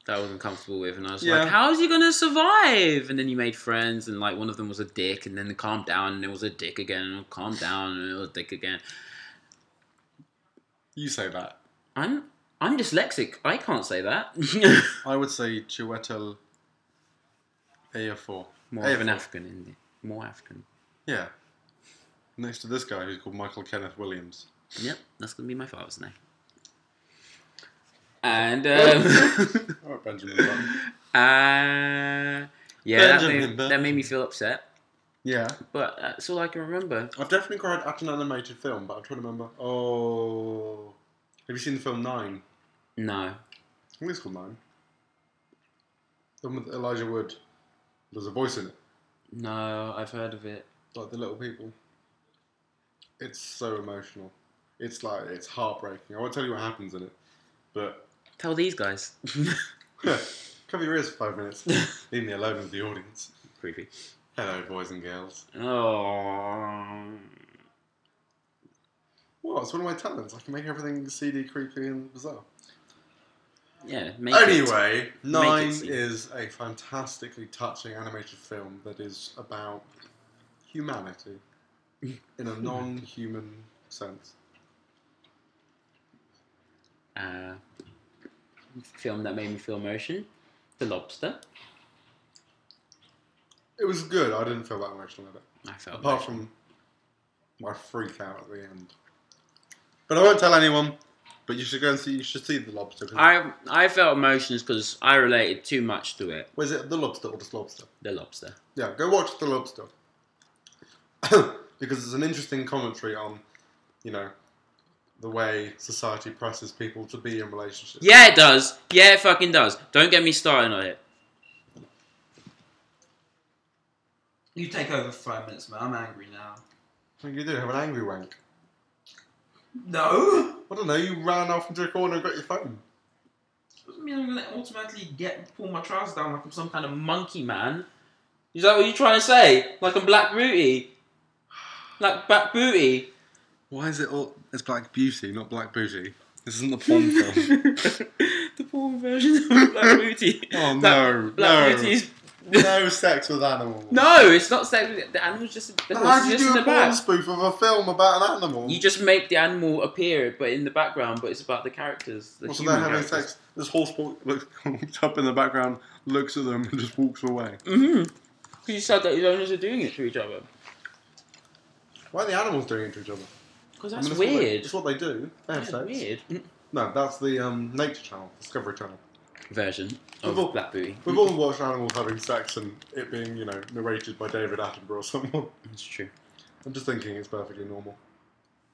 Speaker 1: that I wasn't comfortable with, and I was
Speaker 3: Yeah.
Speaker 1: like, "How is he gonna survive?" And then you made friends, and like one of them was a dick, and then they calmed down, and it was a dick again, and calmed down, and it was a dick again.
Speaker 3: You say that.
Speaker 1: I'm I'm dyslexic. I can't say that.
Speaker 3: I would say Chiwetel Ejiofor.
Speaker 1: More of an
Speaker 3: Ejiofor.
Speaker 1: African, isn't it? More African.
Speaker 3: Yeah. Next to this guy who's called Michael Kenneth Williams.
Speaker 1: Yep, that's gonna be my father's name. And um,
Speaker 3: All right, Benjamin. Button.
Speaker 1: uh, yeah, that
Speaker 3: Benjamin
Speaker 1: made, that made me feel upset,
Speaker 3: yeah.
Speaker 1: but that's all I can remember.
Speaker 3: I've definitely cried at an animated film, but I'm trying to remember. Oh. Have you seen the film Nine?
Speaker 1: No,
Speaker 3: I think it's called Nine. The one with Elijah Wood. There's a voice in it,
Speaker 1: no, I've heard of it.
Speaker 3: like the little people. It's so emotional. It's like, it's heartbreaking. I won't tell you what happens in it, but
Speaker 1: Tell these guys.
Speaker 3: Cover your ears for five minutes. Leave me alone with the audience.
Speaker 1: Creepy.
Speaker 3: Hello, boys and girls.
Speaker 1: Oh,
Speaker 3: Well, it's one of my talents. I can make everything CD creepy and bizarre.
Speaker 1: yeah. Make it.
Speaker 3: Anyway, Nine
Speaker 1: CD.
Speaker 3: is a fantastically touching animated film that is about humanity in a non human sense.
Speaker 1: uh, film that made me feel emotion. The Lobster.
Speaker 3: It was good. I didn't feel that emotional about it.
Speaker 1: I felt.
Speaker 3: Apart
Speaker 1: like-
Speaker 3: from my freak out at the end. But I won't tell anyone. But you should go and see. You should see the lobster. 'cause-
Speaker 1: I I felt emotions because I related too much to it.
Speaker 3: Was it the lobster or the lobster?
Speaker 1: The Lobster.
Speaker 3: Yeah, go watch The Lobster. because it's an interesting commentary on, you know, the way society presses people to be in relationships.
Speaker 1: Yeah, it does. Yeah, it fucking does. Don't get me started on it.
Speaker 2: You take over for five minutes, man. I'm angry now.
Speaker 3: What do you do? Have an angry wank.
Speaker 2: No!
Speaker 3: I don't know. You ran off into a corner and got your phone.
Speaker 2: Doesn't mean I'm gonna automatically get pull my trousers down like I'm some kind of.
Speaker 1: Kind of monkey man. Is that what you're trying to say? Like a black booty. Like black booty.
Speaker 3: Why is it all? It's Black Beauty, not Black Booty. This isn't the porn film.
Speaker 1: the porn version of black booty.
Speaker 3: Oh
Speaker 1: That-
Speaker 3: no,
Speaker 1: Black
Speaker 3: no,
Speaker 1: booty is
Speaker 3: no sex with animals.
Speaker 1: No, it's not sex. with- The animal's just. That's
Speaker 3: Then how
Speaker 1: what
Speaker 3: do you
Speaker 1: it's just
Speaker 3: do
Speaker 1: in the
Speaker 3: a porn
Speaker 1: back.
Speaker 3: spoof of a film about an animal?
Speaker 1: You just make the animal appear, but in the background. But it's about the characters. The
Speaker 3: What's
Speaker 1: human
Speaker 3: about having
Speaker 1: characters.
Speaker 3: sex? This horse walk- looks walks up in the background, looks at them, and just walks away.
Speaker 1: Mm-hmm. Because you said that your owners are doing it to each other.
Speaker 3: Why are the animals doing it to each other?
Speaker 1: Because
Speaker 3: I
Speaker 1: that's
Speaker 3: mean, What they,
Speaker 1: weird.
Speaker 3: it's what they do. They
Speaker 1: That's
Speaker 3: have sex. Mm.
Speaker 1: weird.
Speaker 3: No, that's the um, Nature Channel, Discovery Channel.
Speaker 1: Version
Speaker 3: We've all-
Speaker 1: of Black Booty.
Speaker 3: We've all watched animals having sex and it being, you know, narrated by David Attenborough or someone.
Speaker 1: That's true.
Speaker 3: I'm just thinking it's perfectly normal.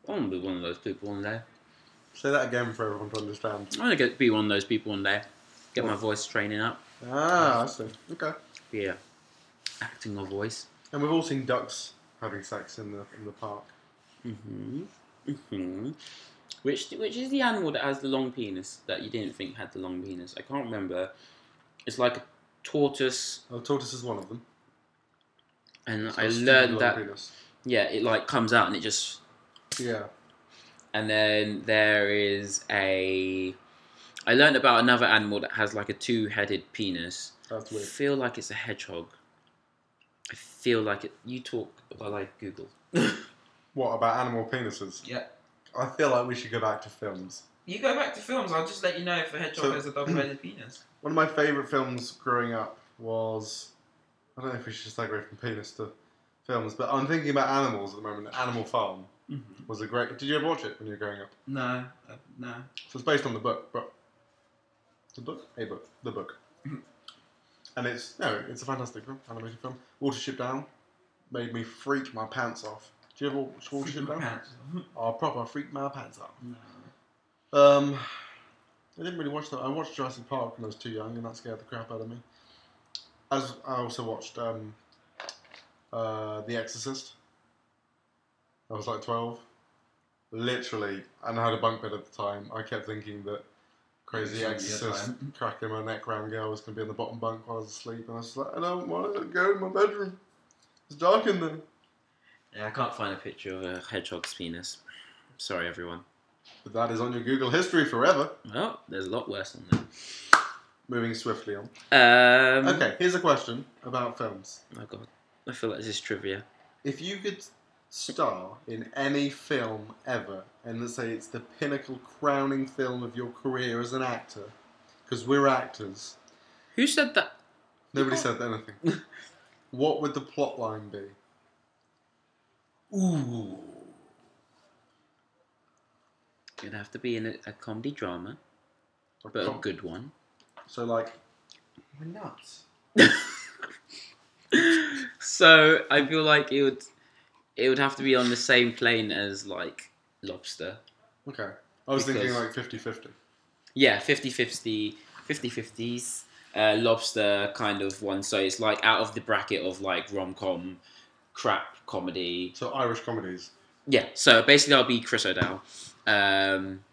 Speaker 1: I want to be one of those people one day.
Speaker 3: Say that again for everyone to understand.
Speaker 1: I want to get be one of those people one day. Get my voice training up.
Speaker 3: Ah, I see. Okay.
Speaker 1: Yeah. Acting my voice.
Speaker 3: And we've all seen ducks having sex in the in the park.
Speaker 1: Mm-hmm. Mm-hmm. Which which is the animal that has the long penis that you didn't think had the long penis? I can't remember. It's like a tortoise,
Speaker 3: A tortoise is one of them.
Speaker 1: and
Speaker 3: It's
Speaker 1: I
Speaker 3: got a stupid
Speaker 1: learned
Speaker 3: long
Speaker 1: that.
Speaker 3: penis.
Speaker 1: Yeah, it like comes out and it just
Speaker 3: Yeah.
Speaker 1: and then there is a. I learned about another animal that has like a two-headed penis.
Speaker 3: That's
Speaker 1: I
Speaker 3: weird.
Speaker 1: feel like it's a hedgehog. I feel like it. You talk while I Google.
Speaker 3: What about animal penises?
Speaker 2: Yeah.
Speaker 3: I feel like we should go back to films.
Speaker 2: You go back to films, I'll just let you know if a hedgehog
Speaker 3: So-
Speaker 2: has a double headed penis.
Speaker 3: One of my favourite films growing up was. I don't know if we should segue from penis to films, but I'm thinking about animals at the moment. Animal Farm
Speaker 2: Mm-hmm.
Speaker 3: was a great. Did you ever watch it when you were growing up?
Speaker 2: No, uh, no.
Speaker 3: So it's based on the book, but the book, a book, the book,
Speaker 2: Mhm.
Speaker 3: and it's no, it's a fantastic film, animated film. Watership Down made me freak my pants off. Do you ever watch Watership
Speaker 2: Freak my
Speaker 3: Down?
Speaker 2: pants.
Speaker 3: I proper freak my pants off.
Speaker 2: No.
Speaker 3: Um, I didn't really watch that. I watched Jurassic Park when I was too young, and that scared the crap out of me. As I also watched um, uh, The Exorcist. I was like twelve. Literally, and I had a bunk bed at the time. I kept thinking that crazy
Speaker 2: Yeah,
Speaker 3: exorcist
Speaker 2: time.
Speaker 3: cracking my neck round girl was gonna be on the bottom bunk while I was asleep, and I was just like, I don't want to go in my bedroom. It's dark in there.
Speaker 1: Yeah, I can't find a picture of a hedgehog's penis. Sorry, everyone.
Speaker 3: But that is on your Google history forever.
Speaker 1: Well, there's a lot worse than
Speaker 3: Moving swiftly on.
Speaker 1: that. Um,
Speaker 3: Okay, here's a question about films.
Speaker 1: Oh god, I feel like this is trivia.
Speaker 3: If you could star in any film ever, and let's say it's the pinnacle crowning film of your career as an actor, because we're actors,
Speaker 1: Who said that?
Speaker 3: nobody said anything. what would the plot line be?
Speaker 2: Ooh.
Speaker 1: It'd have to be in a, a comedy drama,
Speaker 3: Or
Speaker 1: but a
Speaker 3: com-
Speaker 1: good one.
Speaker 3: So like,
Speaker 2: We're nuts.
Speaker 1: so I feel like it would, it would have to be on the same plane as like Lobster.
Speaker 3: okay, I was thinking
Speaker 1: Because-
Speaker 3: like 50-50.
Speaker 1: Yeah, 50-50, 50-50s. Uh, lobster kind of one, so it's like out of the bracket of like rom com, crap comedy,
Speaker 3: So Irish comedies.
Speaker 1: Yeah, so basically I'll be Chris O'Dowd. Um,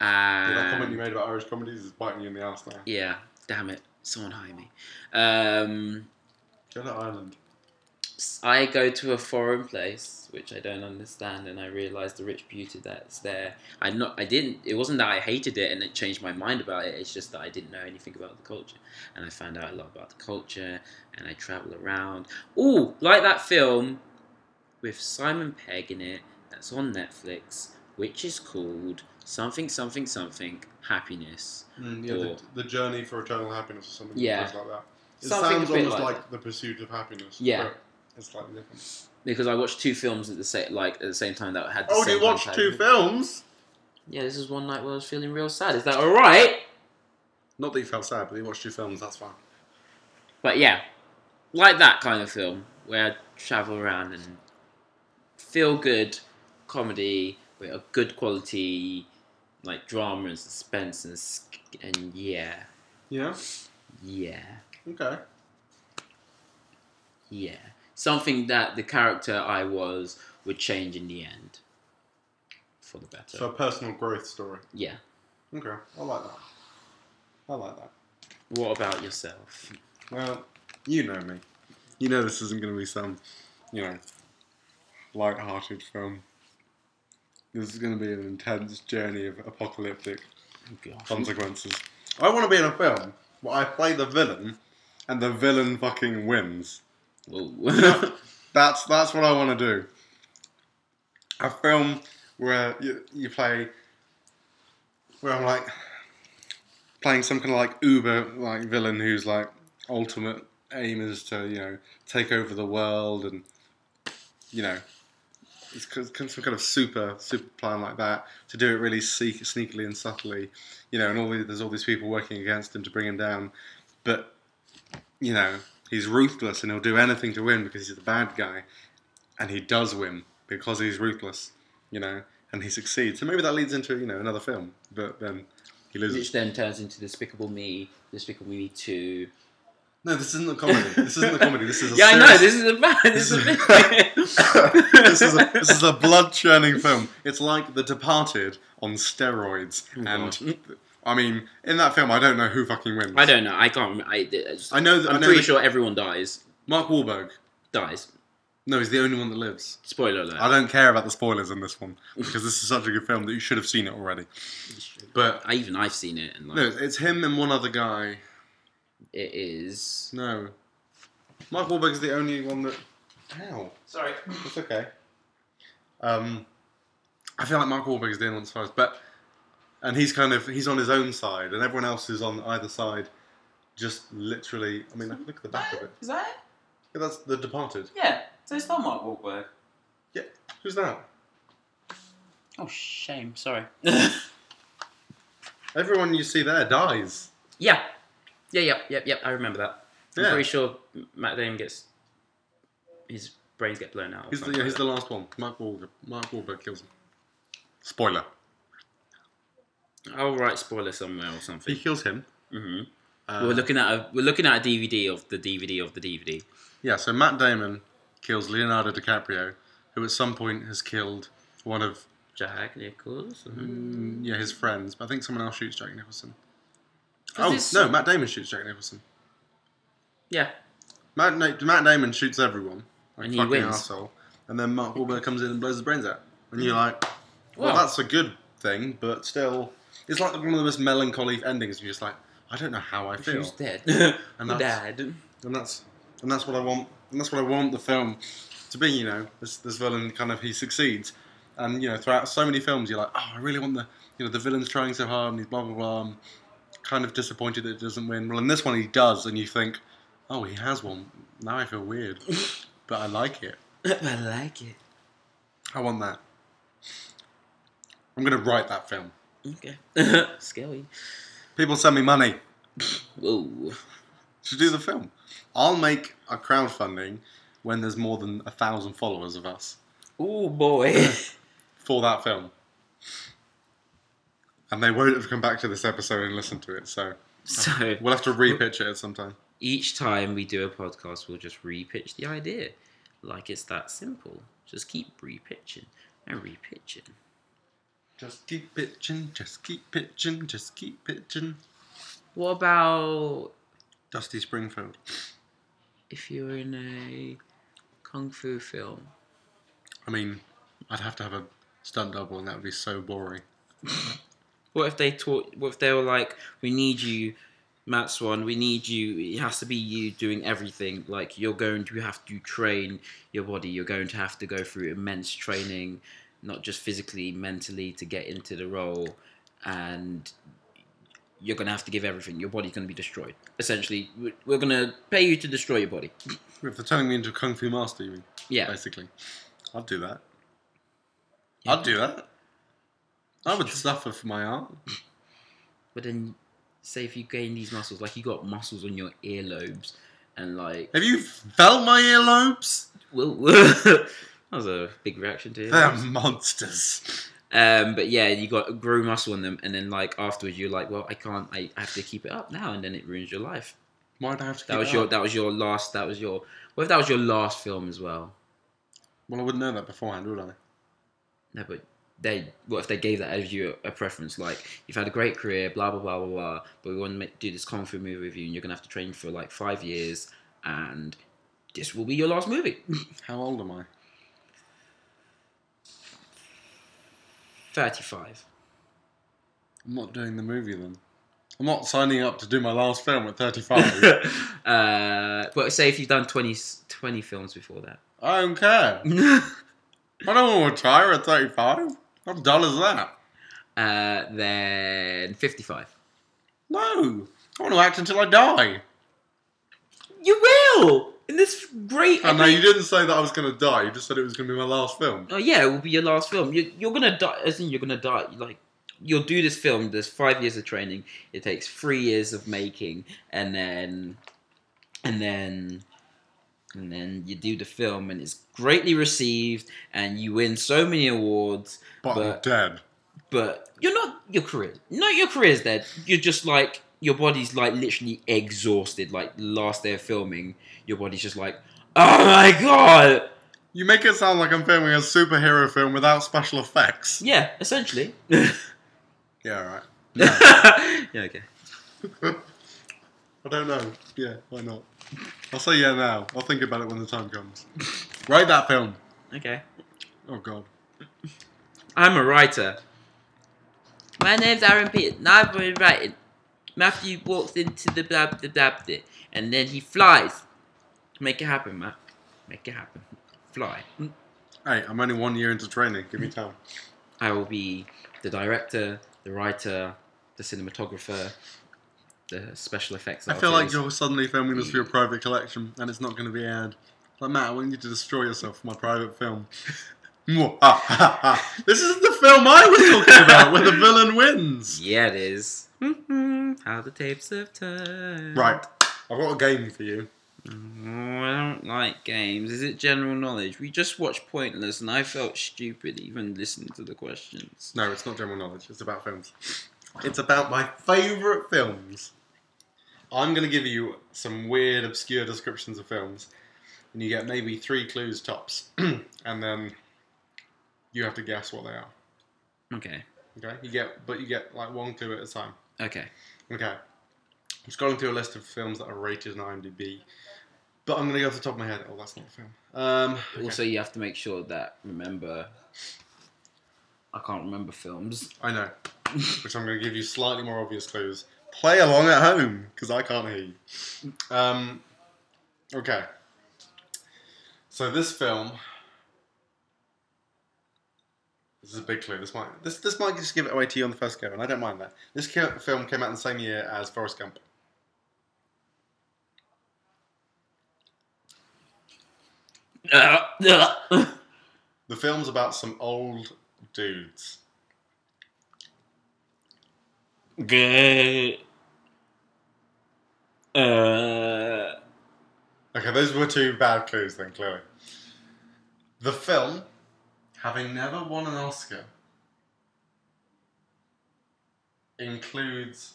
Speaker 3: Yeah, that comment you
Speaker 1: and
Speaker 3: made about Irish comedies is biting you in the ass now.
Speaker 1: yeah, damn it, someone hire me. Um,
Speaker 3: Go to Ireland.
Speaker 1: s- I go to a foreign place which I don't understand, and I realise the rich beauty that's there. I not, I didn't. It wasn't that I hated it and it changed my mind about it. It's just that I didn't know anything about the culture, and I found out a lot about the culture, and I travel around. Ooh, like that film with Simon Pegg in it that's on Netflix, which is called something something something happiness.
Speaker 3: Mm, yeah,
Speaker 1: Or-
Speaker 3: the, the journey for eternal happiness or something.
Speaker 1: Yeah.
Speaker 3: things like that. It
Speaker 1: Something a
Speaker 3: sounds
Speaker 1: bit
Speaker 3: almost
Speaker 1: like
Speaker 3: like, the pursuit of happiness.
Speaker 1: Yeah.
Speaker 3: but It's slightly different.
Speaker 1: Because I watched two films at the same like at the same time that had. The
Speaker 3: Oh,
Speaker 1: same
Speaker 3: you watched
Speaker 1: content.
Speaker 3: two films?
Speaker 1: Yeah, this is one night where I was feeling real sad. Is that all right?
Speaker 3: Not that you felt sad, but you watched two films. That's fine.
Speaker 1: But yeah, like that kind of film where I travel around and feel good comedy with a good quality like drama and suspense and sk- and yeah,
Speaker 3: Yeah.
Speaker 1: yeah,
Speaker 3: Okay.
Speaker 1: yeah. Something that the character I was would change in the end for the better.
Speaker 3: So a personal growth story.
Speaker 1: yeah.
Speaker 3: Okay. I like that. I like that.
Speaker 1: What about yourself?
Speaker 3: Well, you know me. You know this isn't going to be some, you know, light-hearted film. This is going to be an intense journey of apocalyptic consequences. I want to be in a film where I play the villain, and the villain fucking wins.
Speaker 1: Whoa.
Speaker 3: That's that's what I want to do. A film where you, you play, where I'm like playing some kind of like uber like villain whose like ultimate aim is to you know take over the world and you know it's c- c- some kind of super super plan like that to do it really sneak, sneakily and subtly, you know. And all the, there's all these people working against him to bring him down, but you know, he's ruthless and he'll do anything to win because he's the bad guy. And he does win because he's ruthless, you know, and he succeeds. So maybe that leads into, you know, another film, but then he
Speaker 1: Which
Speaker 3: loses.
Speaker 1: then turns into Despicable Me, Despicable Me 2.
Speaker 3: No, this isn't a comedy. This isn't a comedy. This is a
Speaker 1: yeah, I know,
Speaker 3: serious-
Speaker 1: this is a bad. This is a
Speaker 3: this is a, this is a blood churning film. It's like The Departed on steroids.
Speaker 1: Oh,
Speaker 3: and I mean, in that film, I don't know who fucking wins.
Speaker 1: I don't know, I can't remember. I, I just,
Speaker 3: I know that.
Speaker 1: I'm
Speaker 3: I know
Speaker 1: pretty
Speaker 3: that-
Speaker 1: sure everyone dies.
Speaker 3: Mark Wahlberg.
Speaker 1: Dies.
Speaker 3: No, he's the only one that lives.
Speaker 1: Spoiler alert.
Speaker 3: I don't care about the spoilers in this one because this is such a good film that you should have seen it already. But
Speaker 1: I, even I've seen it, and like,
Speaker 3: no, it's him and one other guy.
Speaker 1: it is.
Speaker 3: No, Mark Wahlberg is the only one that. How?
Speaker 2: Sorry.
Speaker 3: It's okay. Um, I feel like Mark Wahlberg is the only one that's first, but and he's kind of he's on his own side, and everyone else is on either side. Just literally, I mean, look at the back of it.
Speaker 2: Is that
Speaker 3: Yeah, that's The Departed.
Speaker 2: it? Yeah. So it's not Mark Wahlberg.
Speaker 3: Who's that?
Speaker 1: Oh, shame, sorry.
Speaker 3: Everyone you see there dies.
Speaker 1: yeah. Yeah, yep, yep, yep, I remember that. I'm
Speaker 3: Yeah.
Speaker 1: pretty sure Matt Damon gets. His brains get blown out. or
Speaker 3: He's the,
Speaker 1: something
Speaker 3: yeah, he's
Speaker 1: like
Speaker 3: the last one. Mark Wahlberg. Mark Wahlberg kills him. Spoiler.
Speaker 1: that. I'll write spoiler somewhere or
Speaker 3: He
Speaker 1: something.
Speaker 3: kills him.
Speaker 1: hmm
Speaker 3: Uh,
Speaker 1: we're looking at a we're looking at a DVD of the DVD of the DVD.
Speaker 3: yeah, so Matt Damon kills Leonardo DiCaprio, who at some point has killed one of
Speaker 1: Jack Nichols.
Speaker 3: mm, yeah his friends, but I think someone else shoots Jack Nicholson.
Speaker 1: Does
Speaker 3: Oh
Speaker 1: this-
Speaker 3: no, Matt Damon shoots Jack Nicholson.
Speaker 1: Yeah.
Speaker 3: Matt, no, Matt Damon shoots everyone. Like
Speaker 1: And he
Speaker 3: fucking
Speaker 1: wins.
Speaker 3: asshole. And then Mark Wahlberg comes in and blows his brains out. And you're like, well,
Speaker 1: Mm. Well.
Speaker 3: that's a good thing, but still, it's like one of the most melancholy endings. You're just like, I don't know how I feel.
Speaker 1: Who's dead? and
Speaker 3: that's-
Speaker 1: Dad.
Speaker 3: and that's and that's what I want. And that's what I want the film to be. You know, this this villain kind of he succeeds, and you know throughout so many films you're like, oh, I really want the you know the villain's trying so hard and he's blah blah blah. I'm kind of disappointed that it doesn't win. Well, in this one he does, and you think, oh, he has one. Now I feel weird, but I like it.
Speaker 1: I like it.
Speaker 3: I want that. I'm gonna write that film.
Speaker 1: Okay. Scary.
Speaker 3: People send me money.
Speaker 1: Whoa.
Speaker 3: to do the film. I'll make a crowdfunding when there's more than a thousand followers of us
Speaker 1: Oh boy.
Speaker 3: for that film. And they won't have come back to this episode and listened to it, so
Speaker 1: so
Speaker 3: we'll have to repitch it at some time.
Speaker 1: each time we do a podcast, we'll just repitch the idea, like it's that simple. Just keep repitching and repitching.
Speaker 3: Just keep pitching, just keep pitching, just keep pitching.
Speaker 1: What about
Speaker 3: Dusty Springfield.
Speaker 1: if you were in a kung fu film?
Speaker 3: I mean, I'd have to have a stunt double, and that would be so boring.
Speaker 1: What if they taught? What if they were like, "We need you, Matt Swan. We need you. It has to be you doing everything. Like you're going to have to train your body. You're going to have to go through immense training, not just physically, mentally, to get into the role, and." You're gonna have to give everything. Your body's gonna be destroyed. Essentially, we- we're gonna pay you to destroy your body.
Speaker 3: If they're turning me into a kung fu master, you mean?
Speaker 1: Yeah,
Speaker 3: Basically, I'd do that.
Speaker 1: Yeah.
Speaker 3: I'd do that. I would suffer for my art.
Speaker 1: but then say if you gain these muscles, like you got muscles on your earlobes, and like
Speaker 3: Have you felt my earlobes?
Speaker 1: Well, I That was a big reaction to
Speaker 3: They're
Speaker 1: it.
Speaker 3: monsters.
Speaker 1: Um, but yeah, you got grew muscle in them, and then like afterwards, you're like, well, I can't. I have to keep it up now, and then it ruins your life.
Speaker 3: Why'd I have to keep
Speaker 1: That was
Speaker 3: it
Speaker 1: your.
Speaker 3: up?
Speaker 1: That was your last. That was your. What if that was your last film as well?
Speaker 3: Well, I wouldn't know that beforehand, would I?
Speaker 1: No, but they what if they gave that as you a preference? Like you've had a great career, blah blah blah blah blah, but we want to make, do this kung fu movie with you, and you're gonna have to train for like five years, and this will be your last movie.
Speaker 3: How old am I?
Speaker 1: Thirty-five.
Speaker 3: I'm not doing the movie then. I'm not signing up to do my last film at 35.
Speaker 1: uh, but say if you've done 20, 20 films before that.
Speaker 3: I don't care. I don't want to retire at 35. I'm dull as that.
Speaker 1: uh, then fifty-five.
Speaker 3: No. I want to act until I die.
Speaker 1: You will in this great.
Speaker 3: And no, you didn't say that I was going to die. You just said it was going to be my last film.
Speaker 1: Oh yeah, it will be your last film. You, you're gonna die. As in, you're gonna die. Like you'll do this film. There's five years of training. It takes three years of making, and then, and then, and then you do the film, and it's greatly received, and you win so many awards.
Speaker 3: But, I'm
Speaker 1: But-
Speaker 3: dead.
Speaker 1: But you're not your career. Not your career's dead. You're just like your body's like literally exhausted. Like last day of filming, your body's just like, oh my god.
Speaker 3: You make it sound like I'm filming a superhero film without special effects.
Speaker 1: Yeah, essentially.
Speaker 3: Yeah, right. No,
Speaker 1: yeah. Okay.
Speaker 3: I don't know. Yeah, why not? I'll say yeah now. I'll think about it when the time comes. Write that film.
Speaker 1: Okay.
Speaker 3: Oh, God.
Speaker 1: I'm a writer. My name's Aaron Peter, and I've been writing. Matthew walks into the blab the blab bit, and then he flies. Make it happen, Matt. Make it happen. Fly.
Speaker 3: Hey, I'm only one year into training. Give me time.
Speaker 1: I will be the director, the writer, the cinematographer, the special effects
Speaker 3: I
Speaker 1: artist.
Speaker 3: feel like you're suddenly filming this for your private collection and it's not going to be aired. Like, Matt, I want you to destroy yourself for my private film. Mwah. Ah, ah, ah. this is the film I was talking about where the villain wins.
Speaker 1: Yeah, it is. Mhm, How the tapes have turned.
Speaker 3: Right, I've got a game for you.
Speaker 1: Oh, I don't like games. Is it general knowledge? We just watched Pointless and I felt stupid even listening to the questions.
Speaker 3: No, it's not general knowledge, it's about films. It's about my favourite films. I'm going to give you some weird, obscure descriptions of films, and you get maybe three clues tops, and then you have to guess what they are.
Speaker 1: Okay.
Speaker 3: Okay, you get, but you get like one clue at a time.
Speaker 1: Okay.
Speaker 3: Okay, I'm scrolling through a list of films that are rated on IMDb, but I'm gonna go off the top of my head. Oh, that's not a film. Um, okay.
Speaker 1: Also, you have to make sure that, remember, I can't remember films.
Speaker 3: I know, which I'm gonna give you slightly more obvious clues. Play along at home because I can't hear you. Um, okay, so this film. This is a big clue. This might this this might just give it away to you on the first go, and I don't mind that. This ca- film came out in the same year as Forrest Gump.
Speaker 1: okay.
Speaker 3: The film's about some old dudes.
Speaker 1: Uh,
Speaker 3: Okay, those were two bad clues then, clearly. The film, having never won an Oscar, includes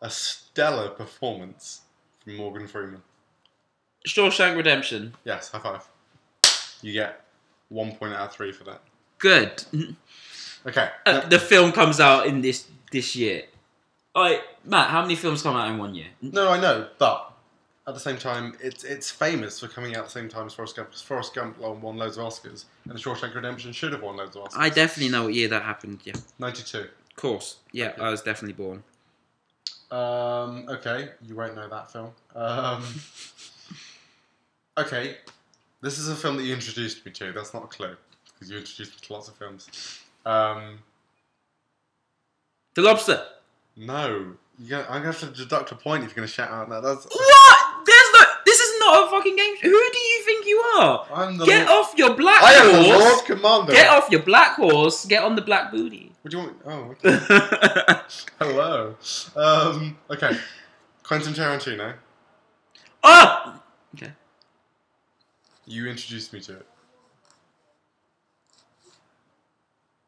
Speaker 3: a stellar performance from Morgan Freeman.
Speaker 1: Shawshank Redemption.
Speaker 3: Yes, high five. You get one point out of three for that.
Speaker 1: Good.
Speaker 3: Okay.
Speaker 1: Uh, the film comes out in this this year. I Matt, how many films come out in one year?
Speaker 3: No, I know, but at the same time, it's it's famous for coming out at the same time as Forrest Gump because Forrest Gump won won loads of Oscars, and The Shawshank Redemption should have won loads of Oscars.
Speaker 1: I definitely know what year that happened. Yeah, of
Speaker 3: Ninety-two.
Speaker 1: course. Yeah, I was definitely born.
Speaker 3: Um, okay, you won't know that film. Um, okay, this is a film that you introduced me to. That's not a clue because you introduced me to lots of films. Um,
Speaker 1: The Lobster.
Speaker 3: no, you go, I'm gonna have to deduct a point if you're gonna shout out that. That's
Speaker 1: What? There's no. This is not a fucking game. Who do you think you are?
Speaker 3: I'm the
Speaker 1: Get
Speaker 3: Lord,
Speaker 1: off your black
Speaker 3: I am the
Speaker 1: horse.
Speaker 3: Lord Commander.
Speaker 1: Get off your black horse. Get on the black booty.
Speaker 3: What do you want? Oh, okay.
Speaker 1: oh,
Speaker 3: hello. Um, okay, Quentin Tarantino.
Speaker 1: Oh!
Speaker 3: You introduced me to it.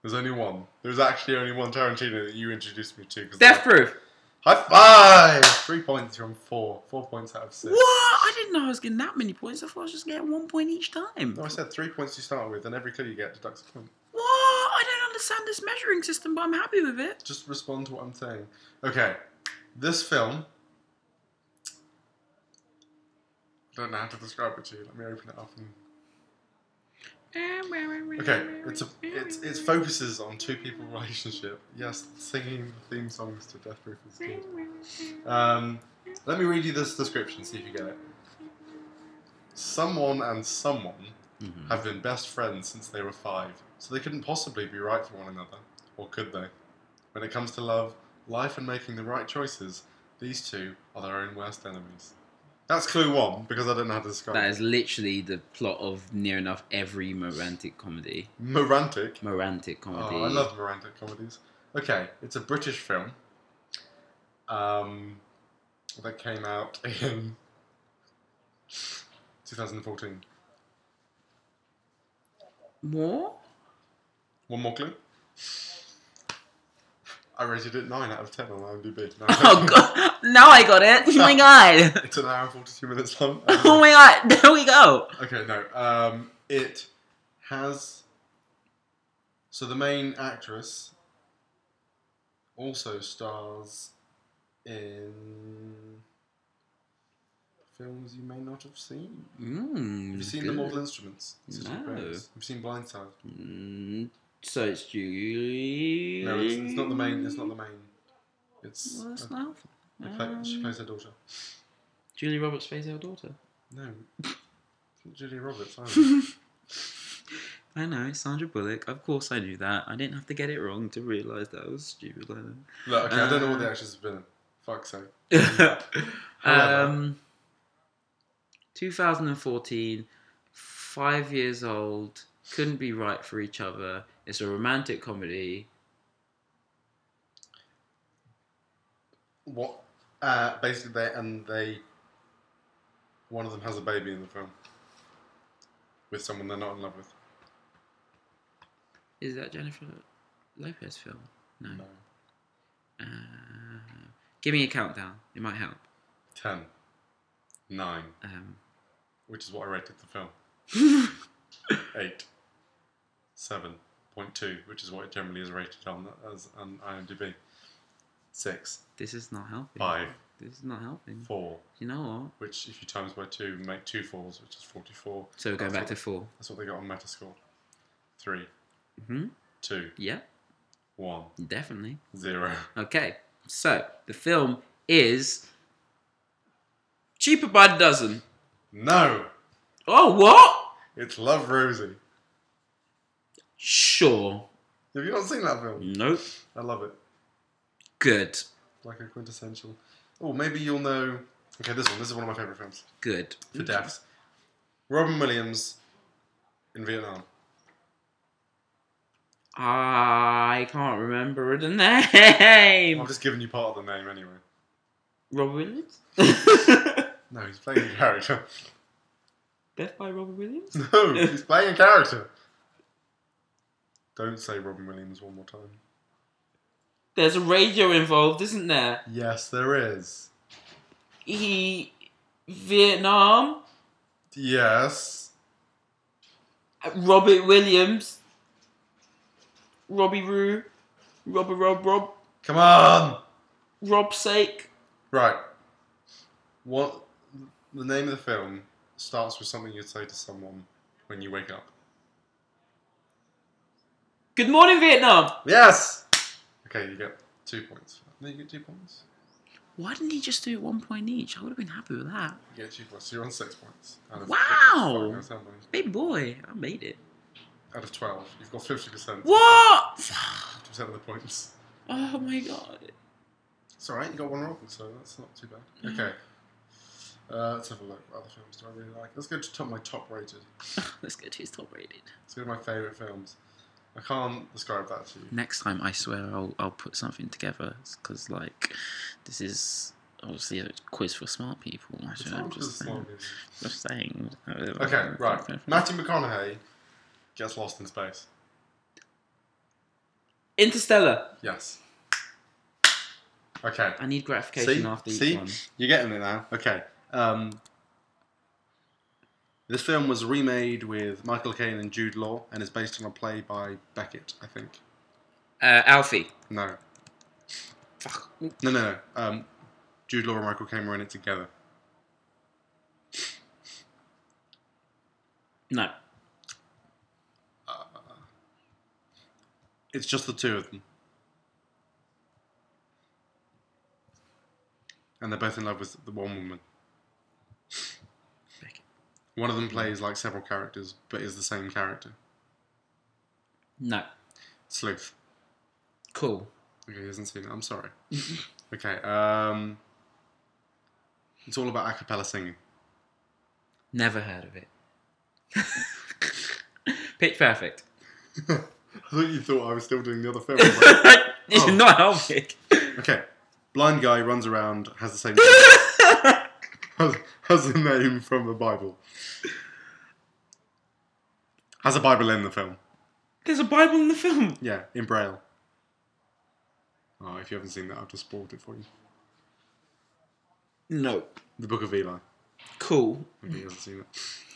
Speaker 3: There's only one. There's actually only one Tarantino that you introduced me to. 'cause
Speaker 1: Death Proof.
Speaker 3: High five! Three points from four. Four points out of six.
Speaker 1: What? I didn't know I was getting that many points. I thought I was just getting one point each time.
Speaker 3: No, I said three points you start with, and every clue you get deducts a point.
Speaker 1: What? I don't understand this measuring system, but I'm happy with it.
Speaker 3: Just respond to what I'm saying. Okay, this film. I don't know how to describe it to you. Let me open it up. And... Okay, it's a it's it focuses on two people relationship. Yes, singing the theme songs to Death Proof is good. Um, let me read you this description. See if you get it. Someone and someone
Speaker 1: Mhm.
Speaker 3: have been best friends since they were five, so they couldn't possibly be right for one another, or could they? When it comes to love, life, and making the right choices, these two are their own worst enemies. That's clue one because I don't know how to describe
Speaker 1: That
Speaker 3: it.
Speaker 1: is literally the plot of near enough every romantic comedy.
Speaker 3: Morantic.
Speaker 1: Romantic comedy.
Speaker 3: Oh, I love romantic comedies. Okay, it's a British film. Um, that came out in 2014.
Speaker 1: more.
Speaker 3: One more clue. I rated it nine out of ten on IMDb. No,
Speaker 1: Oh god! Now I got it. Oh my god!
Speaker 3: It's an hour and forty-two minutes long.
Speaker 1: Oh my god! There we go.
Speaker 3: Okay, no. Um, it has. So the main actress also stars in films you may not have seen.
Speaker 1: Mm,
Speaker 3: Have you seen The
Speaker 1: good.
Speaker 3: Mortal Instruments? Susan
Speaker 1: No.
Speaker 3: Gray's. Have you seen Blindside?
Speaker 1: Mm, so it's Julie.
Speaker 3: No, it's, it's not the main. It's not the main. It's
Speaker 1: Well, it's
Speaker 3: uh,
Speaker 1: not.
Speaker 3: they play- she
Speaker 1: Um,
Speaker 3: plays her daughter.
Speaker 1: Julie Roberts plays her daughter.
Speaker 3: No, it's not Julia Roberts. Either.
Speaker 1: I know, it's Sandra Bullock. Of course I knew that. I didn't have to get it wrong to realise that I was stupid. I know.
Speaker 3: Look, okay, I don't know what the
Speaker 1: Uh,
Speaker 3: actress has been. in. Fuck's sake. Mm. However-
Speaker 1: um, 2014, five years old, couldn't be right for each other. It's a romantic comedy.
Speaker 3: What? Uh, basically, they and they. One of them has a baby in the film. With someone they're not in love with.
Speaker 1: Is that Jennifer Lopez film? No.
Speaker 3: No.
Speaker 1: Uh, give me a countdown. It might help.
Speaker 3: Ten. Nine.
Speaker 1: Um,
Speaker 3: Which is what I rated the film. Eight. Seven point two, which is what it generally is rated on as on IMDb. Six.
Speaker 1: this is not helping.
Speaker 3: Five.
Speaker 1: This is not helping.
Speaker 3: Four.
Speaker 1: You know what?
Speaker 3: Which, if you times by two, make two fours, which is forty-four.
Speaker 1: So we're going back to four.
Speaker 3: That's what they got on Metascore. Three,
Speaker 1: Hmm.
Speaker 3: two,
Speaker 1: Yeah,
Speaker 3: one,
Speaker 1: definitely.
Speaker 3: zero.
Speaker 1: Okay, so the film is cheaper by the dozen.
Speaker 3: No,
Speaker 1: Oh, what?
Speaker 3: it's Love Rosie.
Speaker 1: Sure.
Speaker 3: Have you not seen that film?
Speaker 1: Nope.
Speaker 3: I love it.
Speaker 1: Good.
Speaker 3: Like a quintessential. Oh, maybe you'll know. Okay, this one. This is one of my favorite films
Speaker 1: Good.
Speaker 3: for deaths. Robin Williams in Vietnam.
Speaker 1: I can't remember the name.
Speaker 3: I've just given you part of the name anyway.
Speaker 1: Robert Williams.
Speaker 3: No, he's playing a character.
Speaker 1: Death by Robert Williams.
Speaker 3: No, he's playing a character. Don't say Robin Williams one more time.
Speaker 1: There's a radio involved, isn't there?
Speaker 3: Yes, there is.
Speaker 1: He Vietnam.
Speaker 3: Yes.
Speaker 1: Robert Williams. Robbie Roo. Robert Rob Rob
Speaker 3: Come on.
Speaker 1: Rob Sake.
Speaker 3: Right. What the name of the film starts with something you'd say to someone when you wake up.
Speaker 1: Good morning, Vietnam.
Speaker 3: Yes. Okay, you get two points. No, you get two points.
Speaker 1: Why didn't he just do one point each? I would have been happy with that.
Speaker 3: You get two points. So you're on six points. Out
Speaker 1: Wow.
Speaker 3: fucking knows how many.
Speaker 1: Big boy, I made it.
Speaker 3: Out of twelve, you've got fifty percent.
Speaker 1: What?
Speaker 3: Fifty percent of the points.
Speaker 1: Oh my god.
Speaker 3: It's all right. You got one wrong, so that's not too bad. Okay. Uh, let's have a look. What other films do I really like? Let's go to top my top rated.
Speaker 1: Let's go to his top rated.
Speaker 3: Let's go to my favorite films. I can't describe that to you.
Speaker 1: Next time, I swear I'll I'll put something together because like this is obviously a quiz for smart people. I
Speaker 3: It's
Speaker 1: don't know,
Speaker 3: not
Speaker 1: I'm
Speaker 3: because
Speaker 1: just
Speaker 3: it's not
Speaker 1: saying.
Speaker 3: music.
Speaker 1: Just saying.
Speaker 3: Okay, right. Matthew McConaughey gets lost in space.
Speaker 1: Interstellar.
Speaker 3: Yes. Okay.
Speaker 1: I need gratification
Speaker 3: See?
Speaker 1: after
Speaker 3: See?
Speaker 1: each one.
Speaker 3: You're getting it now. Okay. Um, this film was remade with Michael Caine and Jude Law and is based on a play by Beckett, I think.
Speaker 1: Uh, Alfie.
Speaker 3: No.
Speaker 1: Fuck.
Speaker 3: No, no, no. Um, Jude Law and Michael Caine were in it together.
Speaker 1: No.
Speaker 3: It's just the two of them. And they're both in love with the one woman.
Speaker 1: Beckett.
Speaker 3: One of them plays like several characters, but is the same character.
Speaker 1: No.
Speaker 3: Sleuth.
Speaker 1: Cool.
Speaker 3: Okay, he hasn't seen it. I'm sorry. okay, um, it's all about a cappella singing.
Speaker 1: Never heard of it. Pitch Perfect.
Speaker 3: I thought you thought I was still doing the other film.
Speaker 1: it's
Speaker 3: Oh.
Speaker 1: not Alfie.
Speaker 3: okay, blind guy runs around, has the same has, has the name from the Bible. Has a Bible in the film.
Speaker 1: There's a Bible in the film.
Speaker 3: Yeah, in Braille. Oh, if you haven't seen that, I've just spoiled it for you.
Speaker 1: No.
Speaker 3: The Book of Eli.
Speaker 1: Cool.
Speaker 3: If you haven't seen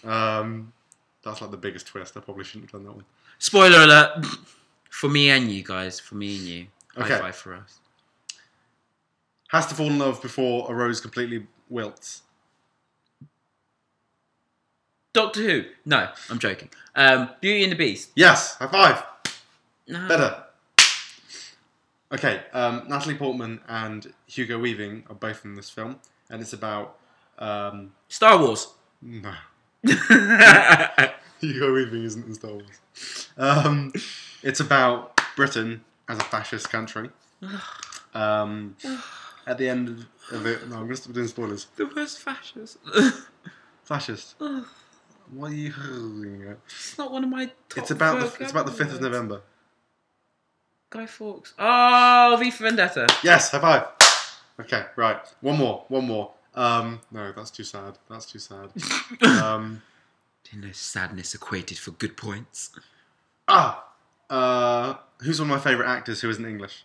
Speaker 3: it, um, that's like the biggest twist. I probably shouldn't have done that one.
Speaker 1: Spoiler alert. For me and you guys. For me and you.
Speaker 3: Okay.
Speaker 1: High five for us.
Speaker 3: Has to fall in love before a rose completely wilts.
Speaker 1: Doctor Who. No, I'm joking. Um, Beauty and the Beast.
Speaker 3: Yes, high five.
Speaker 1: No.
Speaker 3: Better. Okay, um, Natalie Portman and Hugo Weaving are both in this film, and it's about um,
Speaker 1: Star Wars.
Speaker 3: no.
Speaker 1: okay.
Speaker 3: Hugo Weaving isn't in Star Wars. Um, it's about Britain as a fascist country. Um, at the end of it, no, I'm going to stop doing spoilers.
Speaker 1: The worst fascist.
Speaker 3: Fascist.
Speaker 1: it's
Speaker 3: What are you? holding at?
Speaker 1: not one of my. Top
Speaker 3: It's about
Speaker 1: five
Speaker 3: the, it's about the fifth of
Speaker 1: words.
Speaker 3: November.
Speaker 1: Guy Fawkes. Oh, V for Vendetta.
Speaker 3: Yes, high five. Okay, right. One more, one more. Um, no, that's too sad. That's too sad. Um,
Speaker 1: Didn't know sadness equated for good points.
Speaker 3: ah, uh, who's one of my favourite actors who isn't English?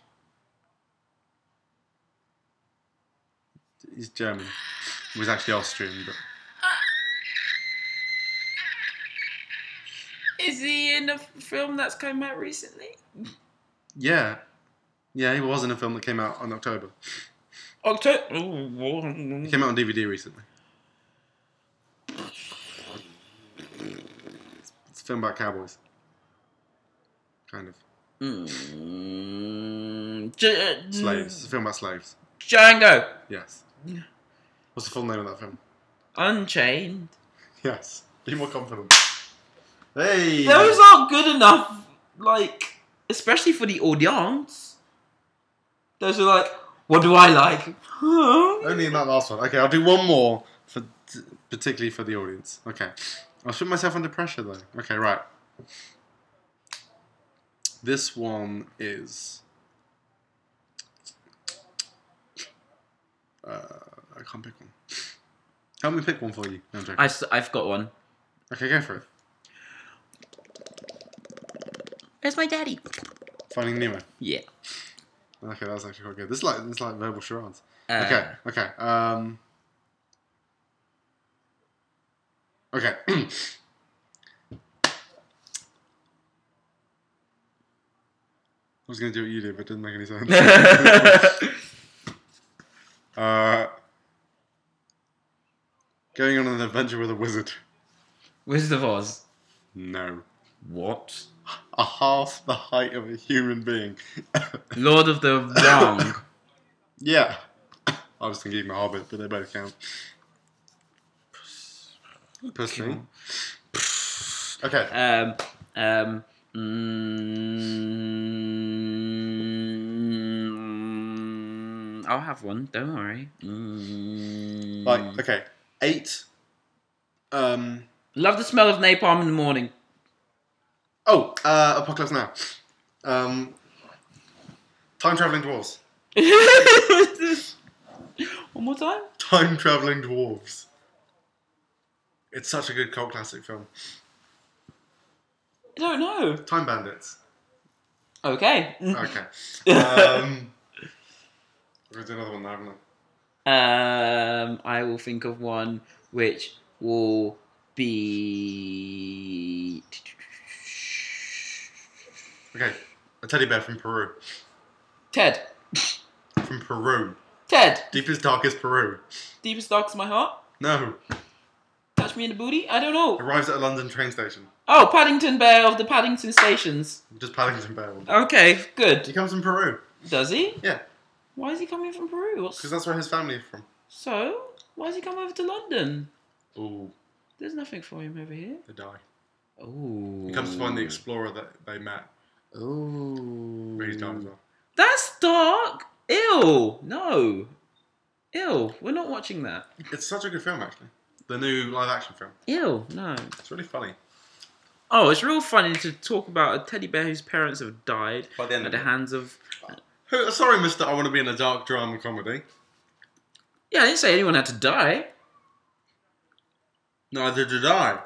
Speaker 3: He's German. He was actually Austrian, but
Speaker 1: Is he in a film that's come out recently?
Speaker 3: yeah, yeah, he was in a film that came out on October.
Speaker 1: October.
Speaker 3: It came out on DVD recently. It's a film about cowboys, kind of
Speaker 1: Mm, J-
Speaker 3: slaves. It's a film about slaves.
Speaker 1: Django.
Speaker 3: Yes.
Speaker 1: Yeah.
Speaker 3: What's the full name of that film?
Speaker 1: Unchained.
Speaker 3: Yes. Be more confident. Hey.
Speaker 1: Those aren't good enough, like, especially for the audience. Those are like, what do I like?
Speaker 3: Only in that last one. Okay, I'll do one more for particularly for the audience. Okay. I'll put myself under pressure though. Okay, right. This one is. Uh, I can't pick one. Help me pick one for you. No, I'm joking.
Speaker 1: I, have got one.
Speaker 3: Okay, go for it.
Speaker 1: Where's my daddy?
Speaker 3: Finding Nemo.
Speaker 1: Yeah.
Speaker 3: Okay, that's actually quite good. This is like this is like verbal charades.
Speaker 1: Uh,
Speaker 3: Okay, okay. Um, okay. I was going to do what you did, but it didn't make any sense. uh, going on an adventure with a wizard.
Speaker 1: Wizard of Oz.
Speaker 3: No.
Speaker 1: What?
Speaker 3: A half the height of a human being.
Speaker 1: Lord of the Wrong.
Speaker 3: yeah. I was thinking the Hobbit, but they both count. Pussy. Okay.
Speaker 1: um, um, mm, I'll have one. Don't worry. Mm.
Speaker 3: Like, okay, eight. Um.
Speaker 1: Love the smell of napalm in the morning.
Speaker 3: Oh, uh, Apocalypse Now. Um. Time traveling dwarves.
Speaker 1: one more time.
Speaker 3: Time traveling dwarves. It's such a good cult classic film.
Speaker 1: I don't know.
Speaker 3: Time bandits.
Speaker 1: Okay.
Speaker 3: Okay. Um, we're gonna do another one now, haven't we?
Speaker 1: Um, I will think of one which will be.
Speaker 3: Okay. A teddy bear from Peru.
Speaker 1: Ted.
Speaker 3: From Peru.
Speaker 1: Ted.
Speaker 3: Deepest, darkest Peru.
Speaker 1: Deepest darkest my heart.
Speaker 3: No.
Speaker 1: Touch me in the booty. I don't know.
Speaker 3: Arrives at a London train station.
Speaker 1: Oh, Paddington Bear of the Paddington Stations.
Speaker 3: Just Paddington Bear. one.
Speaker 1: Okay,
Speaker 3: He
Speaker 1: good.
Speaker 3: comes from Peru.
Speaker 1: Does he?
Speaker 3: Yeah.
Speaker 1: Why is he coming from Peru? What's...
Speaker 3: Because that's where his family is from.
Speaker 1: So, why has he come over to London?
Speaker 3: Ooh,
Speaker 1: There's nothing for him over here.
Speaker 3: they die.
Speaker 1: Oh.
Speaker 3: He comes to find the explorer that they met.
Speaker 1: Oh.
Speaker 3: But he's died as well.
Speaker 1: That's dark. Ew. No. Ew. We're not watching that.
Speaker 3: It's such a good film, actually. The new live action film.
Speaker 1: Ew. No.
Speaker 3: It's really funny.
Speaker 1: Oh, it's real funny to talk about a teddy bear whose parents have died
Speaker 3: By the end
Speaker 1: at
Speaker 3: of
Speaker 1: the
Speaker 3: it.
Speaker 1: hands of.
Speaker 3: Who- Sorry, mister, I want to be in a dark drama comedy.
Speaker 1: Yeah, I didn't say anyone had to die.
Speaker 3: Neither did I.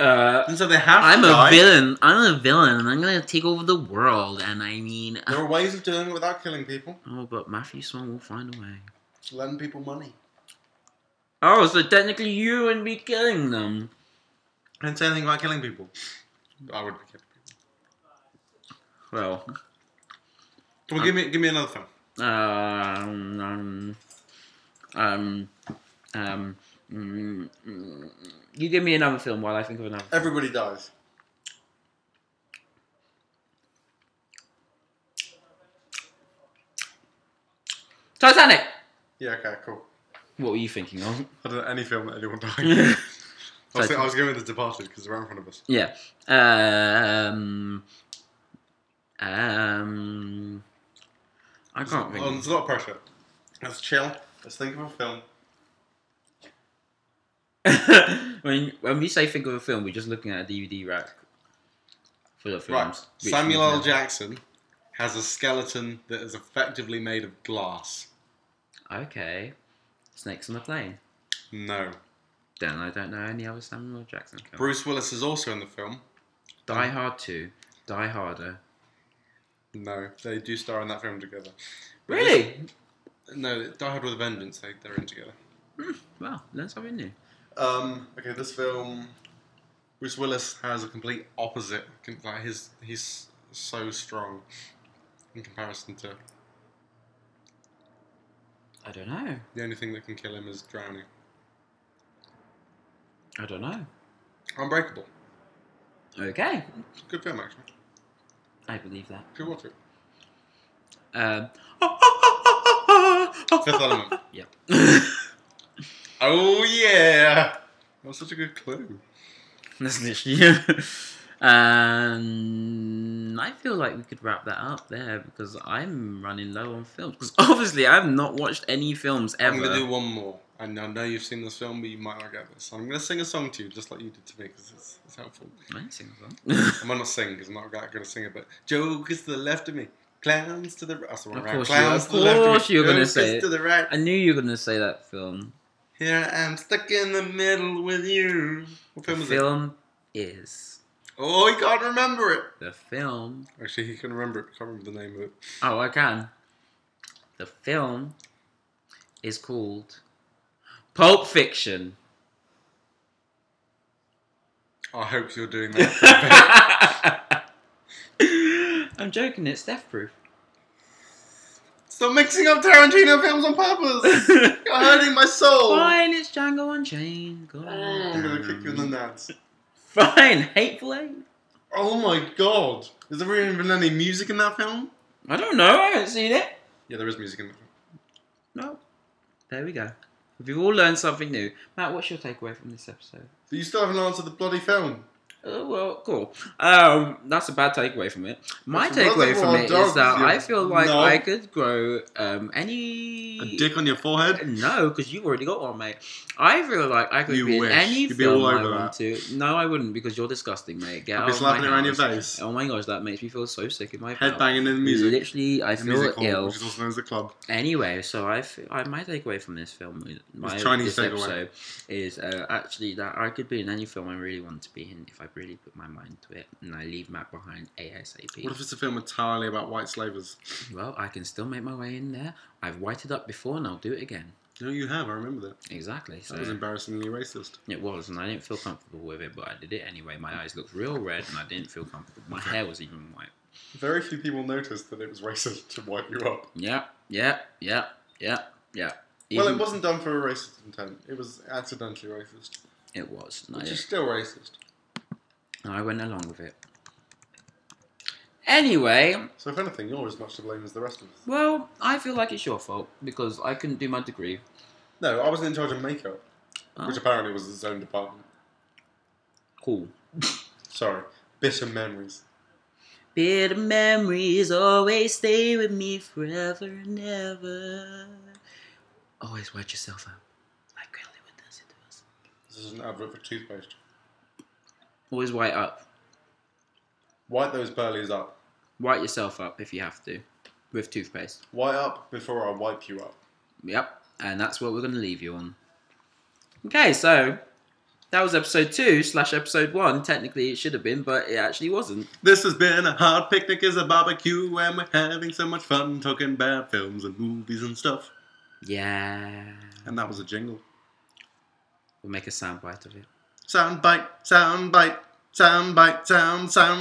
Speaker 1: Uh,
Speaker 3: And so they have
Speaker 1: I'm
Speaker 3: to
Speaker 1: a
Speaker 3: die.
Speaker 1: villain. I'm a villain. and I'm gonna take over the world. And I mean,
Speaker 3: There are ways of doing it without killing people.
Speaker 1: oh, but Matthew Swan will find a way.
Speaker 3: Just lend people money.
Speaker 1: Oh, so technically you wouldn't be killing them.
Speaker 3: I didn't say anything about killing people. I would be killing people.
Speaker 1: Well,
Speaker 3: Well, give me, give me another film.
Speaker 1: um, um, um, um, mm, mm, you give me another film while I think of another.
Speaker 3: Everybody dies.
Speaker 1: Titanic.
Speaker 3: Yeah, okay, cool.
Speaker 1: What were you thinking of?
Speaker 3: I don't know any film that anyone died. I, was,
Speaker 1: Titanic.
Speaker 3: I was going with The Departed because they're right in front of us.
Speaker 1: yeah. Um. Um. I can't think.
Speaker 3: Um, there's a lot of pressure. Let's chill. Let's think of a film.
Speaker 1: when when we say think of a film, we're just looking at a DVD rack full of
Speaker 3: Right.
Speaker 1: films. Which
Speaker 3: Samuel
Speaker 1: ones
Speaker 3: L.
Speaker 1: are-
Speaker 3: Jackson has a skeleton that is effectively made of glass.
Speaker 1: Okay. Snakes on a Plane.
Speaker 3: No.
Speaker 1: Then I don't know any other Samuel L. Jackson film.
Speaker 3: Bruce Willis is also in the film.
Speaker 1: Die Hard 2. Die Harder.
Speaker 3: No. They do star in that film together. But
Speaker 1: Really?
Speaker 3: this- No, Die Hard with a Vengeance, they, they're in together.
Speaker 1: Wow, learn something new.
Speaker 3: Um, okay, this film. Bruce Willis has a complete opposite. com- Like his, he's so strong in comparison to
Speaker 1: I don't know.
Speaker 3: the only thing that can kill him is drowning.
Speaker 1: I don't know.
Speaker 3: Unbreakable.
Speaker 1: Okay.
Speaker 3: Good film, actually.
Speaker 1: I believe that.
Speaker 3: Good watch it.
Speaker 1: Um,
Speaker 3: Fifth Element.
Speaker 1: Yep.
Speaker 3: Oh yeah. That was such a good clue.
Speaker 1: That's literally. um, I feel like we could wrap that up there because I'm running low on films. Because obviously, I've not watched any films
Speaker 3: I'm
Speaker 1: ever.
Speaker 3: gonna do one more. And I know you've seen this film, but you might not get this. I'm gonna sing a song to you, just like you did to me, because it's, it's helpful.
Speaker 1: Amazing. well.
Speaker 3: I might not sing because I'm not that good at singing, but joke is to the left of me, clowns to the right. That's the one,
Speaker 1: Of
Speaker 3: right?
Speaker 1: course you-
Speaker 3: clowns
Speaker 1: of
Speaker 3: to the left of me,
Speaker 1: course you were gonna
Speaker 3: jokers
Speaker 1: say it.
Speaker 3: to the right.
Speaker 1: I knew you were gonna say that film.
Speaker 3: Here I am, stuck in the middle with you. What
Speaker 1: The
Speaker 3: film was it?
Speaker 1: film is
Speaker 3: Oh, he can't remember it.
Speaker 1: the film.
Speaker 3: Actually, he can remember it. Can't remember the name of it.
Speaker 1: Oh, I can. The film is called Pulp Fiction.
Speaker 3: I hope you're doing that.
Speaker 1: I'm joking. It's death proof.
Speaker 3: Stop mixing up Tarantino films on purpose. You're hurting my soul.
Speaker 1: Fine, it's Django Unchained. Go
Speaker 3: Uh, I'm gonna kick you in the
Speaker 1: down.
Speaker 3: nuts.
Speaker 1: Fine, Hateful Eight.
Speaker 3: Oh my god! Is there even any music in that film?
Speaker 1: I don't know. I haven't seen it.
Speaker 3: Yeah, there is music in that film.
Speaker 1: No. There we go. We've all learned something new. Matt, what's your takeaway from this episode?
Speaker 3: But you still haven't answered the bloody film.
Speaker 1: Oh well, cool. Um, that's a bad takeaway from it. My
Speaker 3: That's another
Speaker 1: takeaway from
Speaker 3: one,
Speaker 1: it is
Speaker 3: dogs,
Speaker 1: that
Speaker 3: you
Speaker 1: I feel like
Speaker 3: knob.
Speaker 1: I could grow um any
Speaker 3: A dick on your forehead?
Speaker 1: No, because you've already got one, mate. I feel like I could
Speaker 3: You
Speaker 1: be
Speaker 3: wish.
Speaker 1: in any
Speaker 3: You'd be
Speaker 1: film
Speaker 3: all
Speaker 1: I
Speaker 3: over
Speaker 1: want to. No, I wouldn't because you're disgusting, mate. Get
Speaker 3: I'll
Speaker 1: out
Speaker 3: be
Speaker 1: of my
Speaker 3: slapping it around your
Speaker 1: house.
Speaker 3: face.
Speaker 1: Oh my gosh, that makes me feel so sick in my
Speaker 3: Head
Speaker 1: mouth.
Speaker 3: banging in the music.
Speaker 1: Literally, I
Speaker 3: The
Speaker 1: feel
Speaker 3: music hall,
Speaker 1: ill.
Speaker 3: which is also known as the club.
Speaker 1: Anyway, so I, f- I my takeaway from this film, uh, my
Speaker 3: Chinese
Speaker 1: this
Speaker 3: takeaway.
Speaker 1: episode, is uh, actually that I could be in any film I really want to be in if I really put my mind to it and I leave Matt behind ASAP.
Speaker 3: What if it's a film entirely about white slavers?
Speaker 1: Well, I can still make my way in there. I've whited up before and I'll do it again.
Speaker 3: No, you have. I remember that.
Speaker 1: Exactly. So
Speaker 3: That was embarrassingly racist.
Speaker 1: it was, and I didn't feel comfortable with it, but I did it anyway. My eyes looked real red, and I didn't feel comfortable. My hair was even white.
Speaker 3: Very few people noticed that it was racist to wipe you up.
Speaker 1: Yeah, yeah, yeah, yeah, yeah.
Speaker 3: well,
Speaker 1: Even-
Speaker 3: it wasn't done for a racist intent. It was accidentally racist,
Speaker 1: It was. And I,
Speaker 3: which is still racist.
Speaker 1: and I went along with it. Anyway,
Speaker 3: So, if anything, you're as much to blame as the rest of us.
Speaker 1: well, I feel like it's your fault because I couldn't do my degree.
Speaker 3: No, I wasn't in charge of makeup,
Speaker 1: Oh.
Speaker 3: which apparently was its own department.
Speaker 1: Cool.
Speaker 3: Sorry, bitter memories.
Speaker 1: Bitter memories always stay with me forever and ever. Always watch yourself out. Like Hollywood does it to us.
Speaker 3: This is an advert for toothpaste.
Speaker 1: Always white up.
Speaker 3: White those burleys up.
Speaker 1: White yourself up if you have to. With toothpaste.
Speaker 3: White up before I wipe you up.
Speaker 1: Yep. And that's what we're going to leave you on. Okay, so that was episode two slash episode one. Technically, it should have been, but it actually wasn't.
Speaker 3: This has been a hard picnic is a barbecue, and we're having so much fun talking about films and movies and stuff.
Speaker 1: Yeah.
Speaker 3: And that was a jingle.
Speaker 1: We'll make a soundbite of it.
Speaker 3: Sound bite, sound bite, sound bite, sound, sound.